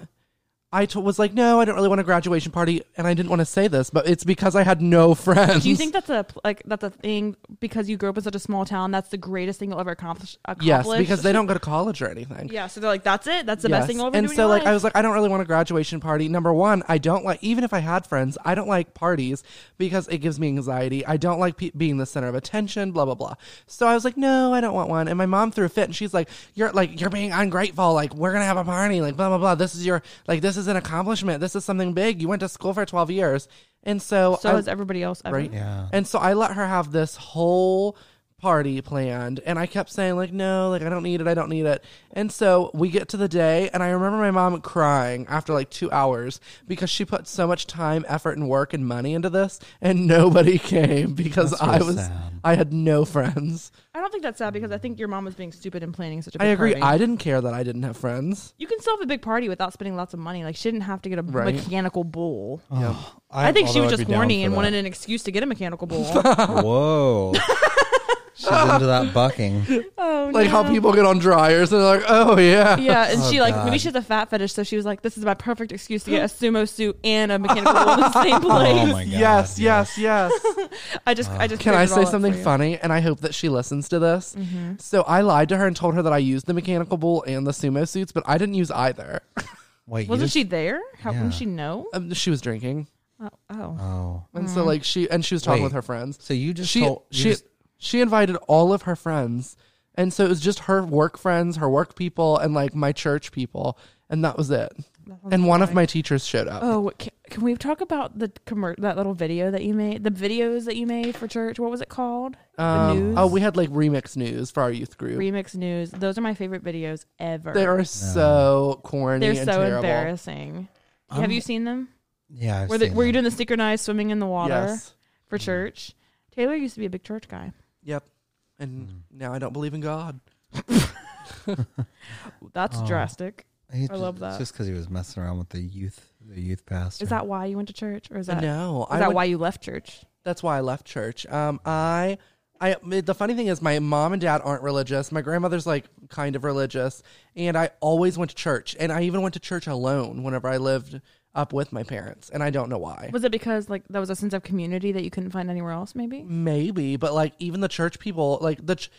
I t- was like, no, I don't really want a graduation party, and I didn't want to say this, but it's because I had no friends.
Do you think that's a pl- like that's a thing because you grew up in such a small town? That's the greatest thing you'll ever accomplish.
Yes,
accomplish?
because they don't go to college or anything.
Yeah, so they're like, that's it. That's the best thing you'll ever
and
do. in
so
your
like
life.
I was like, I don't really want a graduation party. Number one, I don't like even if I had friends, I don't like parties because it gives me anxiety. I don't like pe- being the center of attention. Blah blah blah. So I was like, no, I don't want one. And my mom threw a fit, and she's like, you're like you're being ungrateful. Like we're gonna have a party. Like blah blah blah. This is your like this is an accomplishment. This is something big. You went to school for twelve years, and so
so
I-
is everybody else ever.
right? Yeah. And so I let her have this whole party planned and I kept saying like no like I don't need it I don't need it and so we get to the day and I remember my mom crying after like 2 hours because she put so much time effort and work and money into this and nobody came because I was I had no friends
I don't think that's sad because I think your mom was being stupid and planning such a big
I agree
party.
I didn't care that I didn't have friends
you can still have a big party without spending lots of money. Like she didn't have to get a
Right.
mechanical bull. I, think she
although
was
Oh, I'd
just
be down
horny
for
and
that.
wanted an excuse to get a mechanical bull.
Whoa. She's into that bucking.
like how people get on dryers and they're like oh yeah
yeah, and she like maybe she has a fat fetish, so she was like, "This is my perfect excuse to get a sumo suit and a mechanical bull in the same place."
Oh my god.
yes yes yes
I just, I just figured
Can I
it all
say
out
something
for you. Mm-hmm.
funny? And I hope that she listens to this. So I lied to her and told her that I used the mechanical bull and the sumo suits, but I didn't use either.
Wait, you
Wasn't
just-
she there? How
Yeah.
didn't she know?
Um, she was drinking,
Oh, oh.
Uh,
Oh.
and so like she and she was talking
Wait.
with her friends.
So you just
she
told- you
she
just-
she invited all of her friends, and so it was just her work friends, her work people, and like my church people, and that was it. And one of my teachers showed up.
Oh, what- can, can we talk about the commer- that little video that you made? The videos that you made for church. What was it called? the
Um,
news.
oh, we had like remix news for our youth group.
remix news. Those are my favorite videos ever.
they are so corny.
They're
and
so
terrible.
embarrassing. Have you seen them?
Yeah. I've
Were, the,
seen
were you
that.
doing the sticker knives swimming in the water
Yes.
for church? Taylor used to be a big church guy.
Yep. And now I don't believe in God.
That's
Oh.
drastic.
He
I love that.
Just because he was messing around with the youth, the youth pastor.
Is that why you went to church, or is that
No,
Is
I
that
would-
why you left church?
That's why I left church. Um, I, I, the funny thing is, my mom and dad aren't religious. My grandmother's like kind of religious, and I always went to church. And I even went to church alone whenever I lived up with my parents, and I don't know why.
Was it because like there was a sense of community that you couldn't find anywhere else? Maybe
Maybe, but like even the church people, like the, ch-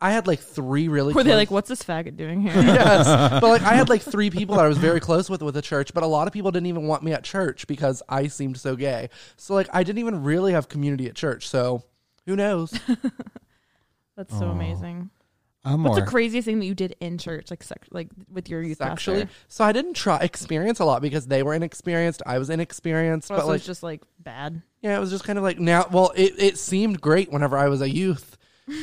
I had like three really.
were they
close-
like, "What's this faggot doing here?"
yes. But like I had like three people that I was very close with with the church, but a lot of people didn't even want me at church because I seemed so gay. So like I didn't even really have community at church. So who knows?
That's so amazing.
I'm
What's
more.
the craziest thing that you did in church, like sex, like with your youth
Actually,
pastor?
so I didn't try experience a lot because they were inexperienced. I was inexperienced,
Or else
but
it
like
was just like bad.
yeah, it was just kind of like now. Well, it it seemed great whenever I was a youth,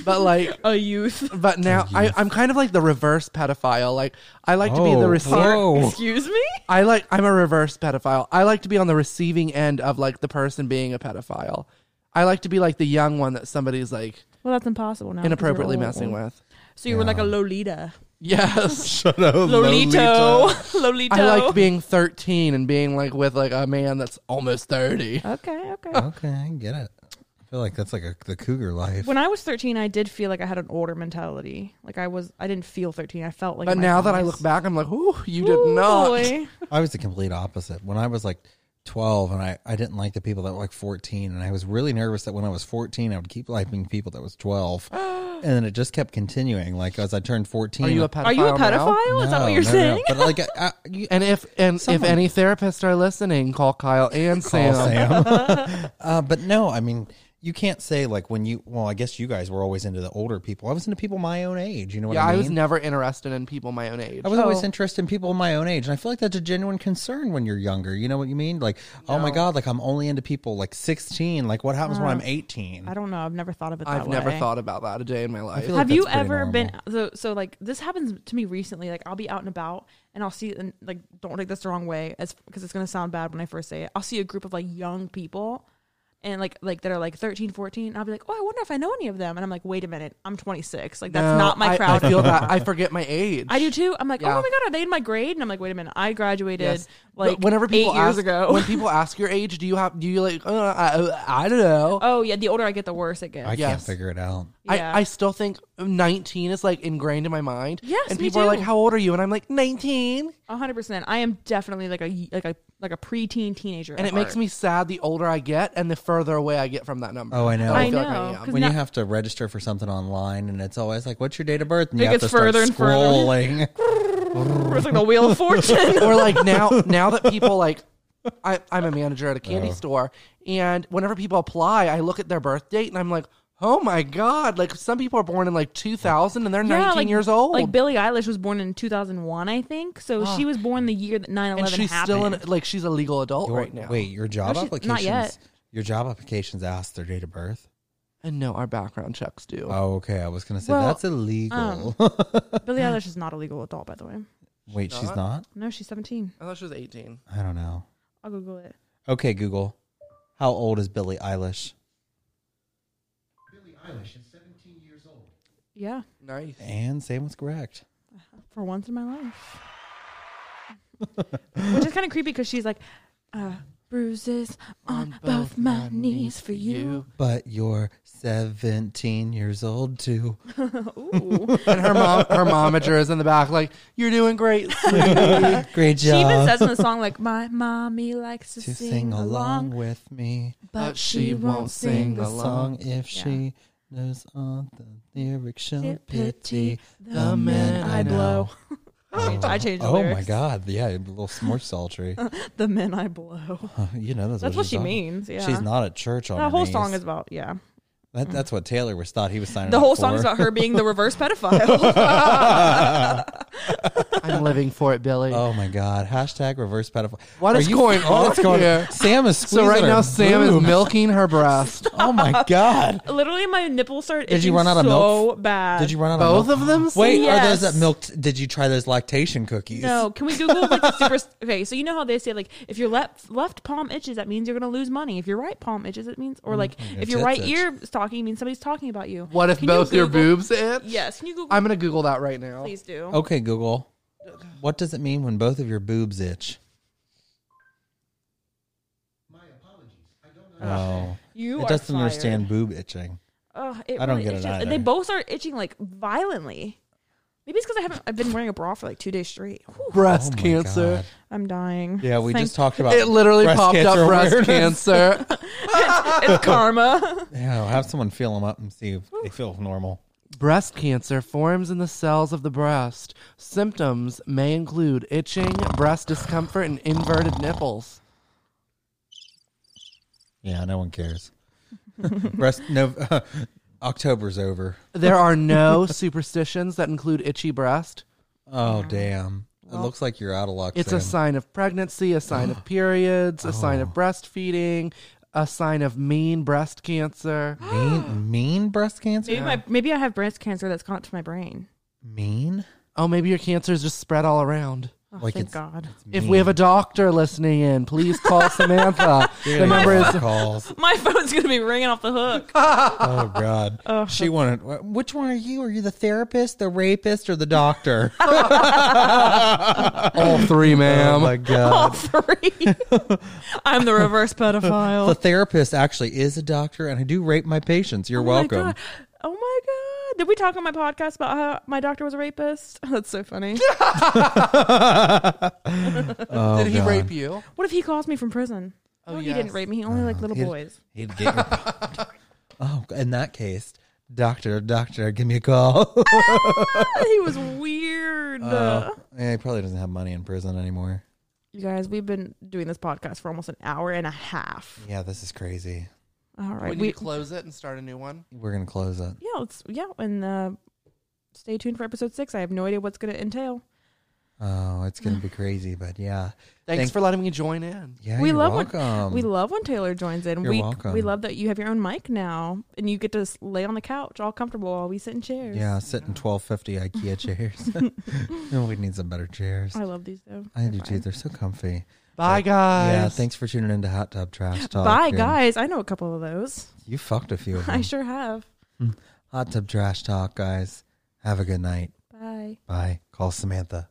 but like.
A youth.
But now I, I'm kind of like the reverse pedophile. Like I like to be the
Oh,
receiver.
whoa.
Excuse me.
I like I'm a reverse pedophile. I like to be on the receiving end of like the person being a pedophile. I like to be like the young one that somebody's like
Well, that's impossible now. 'cause you're
inappropriately
old.
messing with.
So you were like a Lolita.
Yes.
Lolito. Lolito.
I like being 13 and being like with like a man that's almost 30.
Okay, okay.
Okay, I get it. I feel like that's like a, the cougar life.
When I was 13, I did feel like I had an older mentality. Like I was, I didn't feel 13. I felt like.
But
my
now that I
20s.
look back, I'm like, ooh, you did
Ooh,
not.
boy.
I was the complete opposite. When I was like 12 and I, I didn't like the people that were like 14 and I was really nervous that when I was 14 I would keep liking people that was 12 and then it just kept continuing like as I turned 14
Are you a
pedophile?
pedophile?
Are you a
now?
pedophile? Is that what you're saying?
But like I, I, you,
And if and if any therapists are listening, call Kyle and
call
Sam.
Sam. uh, but no, I mean you can't say like when you well I guess you guys were always into the older people. I was into people my own age, you know what
Yeah,
I mean?
I was never interested in people my own age.
I was
Oh.
always interested in people my own age, and I feel like that's a genuine concern when you're younger. You know what you mean? Like, oh my god, like I'm only into people like 16. Like, what happens when I'm 18?
Uh, I don't know. I've never thought of it. That
I've never
way.
thought about that a day in my life.
feel like
Have you
that's pretty
ever been so so like this happens to me recently? Like I'll be out and about and I'll see and like don't take this the wrong way as because it's gonna sound bad when I first say it. I'll see a group of like young people and like like that are like 13 14 i'll be like oh i wonder if i know any of them and i'm like wait a minute i'm 26 like that's
No,
not my
I-
crowd
I feel that I forget my age.
I do too. I'm like,
Yeah.
oh my god, are they in my grade? And I'm like, wait a minute, I graduated
Yes.
like
But whenever people
eight years
ask,
ago.
when people ask your age, do you have do you like uh, I, I don't know.
oh yeah, the older I get, the worse it gets.
I can't
Yes.
figure it out.
yeah.
I, I still think 19 is like ingrained in my mind.
Yes,
and
me
people are like,
too.
"How old are you?" And I'm like, "19."
A hundred percent. I am definitely like a like a like a preteen teenager,
And
at
it makes
heart.
me sad the older I get and the further away I get from that number.
Oh, I know.
I
feel like I
know.
am.
'cause
when
now-
you have to register for something online, and it's always like, "What's your date of birth?" and
It
you have
gets
to start
further and further.
scrolling.
it's like the wheel of fortune.
or like now now that people like I, I'm a manager at
Oh.
a candy store and whenever people apply, I look at their birth date and I'm like, "Oh my god, like some people are born in like 2000 and they're 19
like,
years old." Ah.
Like Billie Eilish was born in 2001, I think. So she was born the year that 9/11
and she's
happened.
still in like she's a legal adult
Your-
right now.
Wait, your job
No, she's- not
applications.
yet.
Your job applications ask their date of birth.
And no, our background checks do.
Oh, okay. I was gonna say
Well, um,
that's illegal.
Billie Eilish is not a legal adult, by the way.
Wait, she's not.
No, she's 17.
I thought she was 18.
I don't know.
I'll Google it.
Okay, Google. How old is Billie Eilish?
Yeah,
Nice.
And same was correct.
for once in my life. Which is kind of creepy because she's like, uh, bruises on, both, my knees for you.
But you're 17 years old too.
Ooh.
And her mom, her momager is in the back, like, "You're doing great."
Great
she even
job.
says in the song, like, my mommy likes to,
to sing along with me.
but she won't sing the song.
song if
Yeah.
she knows all the lyrics. She'll
It
pity
pity
the men I
Oh, I
know.
blow. I changed- I changed the
Oh my
lyrics.
God! Yeah, a little more sultry.
The men I blow.
you know that's,
That's what
she's
she
on.
means. Yeah.
She's not at church on
That
her
whole
knees.
song is about, yeah.
That, that's what Taylor was thought he was signing.
The
up
whole song is
for.
about her being the reverse pedophile.
I'm living for it, Billy.
Oh my God! Hashtag reverse pedophile.
What
Are
is going on
What's going
here?
Sam is
so
squeezing
right
her
now, Sam is
boob.
milking her breast.
Oh my God!
Literally, my nipples started
Did you
itching
run out of
so
milk?
bad.
Did you run out of
Both
milk?
of them.
Wait, are those
Yes.
that milked? Did you try those lactation cookies?
No, can we Google like the super? Okay, so you know how they say like if your left left palm itches, that means you're gonna lose money. If your right palm itches, it means
Mm,
or like if your
tits
right
itch.
ear is talking, it means somebody's talking about you.
What if
Can you
both your
Google-
boobs itch?
Yes, can you Google?
I'm gonna Google that right now.
please do.
Okay, Google. What does it mean when both of your boobs itch? My apologies.
You
Oh,
are
it doesn't
fired.
understand boob itching.
Ugh, it
I don't
really
get it
itches.
either.
They both are itching like violently. Maybe it's because I haven't. I've been wearing a bra for like two days straight. Whew,
Breast
Oh my
cancer.
God.
I'm dying.
Yeah, we
Thank-
just talked about
It literally
breast
popped
cancer
up breast
awareness.
cancer.
it's karma.
Yeah, I'll have someone feel them up and see if they feel normal.
Breast cancer forms in the cells of the breast. Symptoms may include itching, breast discomfort, and inverted nipples.
Yeah, no one cares. breast no. October's over.
There are no superstitions that include itchy breast.
Oh damn! it looks like you're out of luck.
It's
Sam.
a sign of pregnancy, a sign of periods, a sign of breastfeeding, a sign of mean breast cancer.
mean, mean breast cancer.
Maybe my maybe I have breast cancer that's gone to my brain.
Mean.
Oh, maybe your cancer is just spread all around.
Oh,
Like
thank
it's-
God.
If we have a doctor listening in, please call Samantha. the number is
calls.
My phone's gonna be ringing off the hook.
Oh God! she wanted. wh- Which one are you? Are you the therapist, the rapist, or the doctor?
Oh,
all three,
oh
ma'am.
my
all
God!
three. I'm the reverse pedophile.
The therapist actually is a doctor, and I do rape my patients. You're
Oh my
welcome.
God. Oh my god! Did we talk on my podcast about how my doctor was a rapist? That's so funny.
Did he rape you?
what if he calls me from prison? Oh, he
yes.
didn't rape me. He only liked little
He'd-
boys.
He'd get your- oh, in that case, doctor, doctor, give me a call.
he was weird.
yeah, he probably doesn't have money in prison anymore.
you guys, we've been doing this podcast for almost an hour and a half.
Yeah, this is crazy.
All right,
We need
we
to close it and start a new one.
We're gonna close it.
yeah, let's yeah, and uh, stay tuned for episode six. I have no idea what's going to entail.
Oh, it's gonna be crazy, but yeah,
Thanks
Thank-
for letting me join in.
yeah.
we
you're
love
welcome.
when we love when Taylor joins in.
Um, You're
we
welcome.
we love that you have your own mic now and you get to s- lay on the couch all comfortable while we sit in chairs.
yeah, sit in twelve fifty IKEA chairs. we need some better chairs.
I love these though.
I
They're
do too.
fine.
They're so comfy.
Bye, guys.
Yeah, thanks for tuning into Hot Tub Trash Talk.
Bye,
and
guys. I know a couple of those.
You fucked a few of
I
them.
sure have.
Hot Tub Trash Talk, guys. Have a good night.
Bye.
Bye. Call Samantha.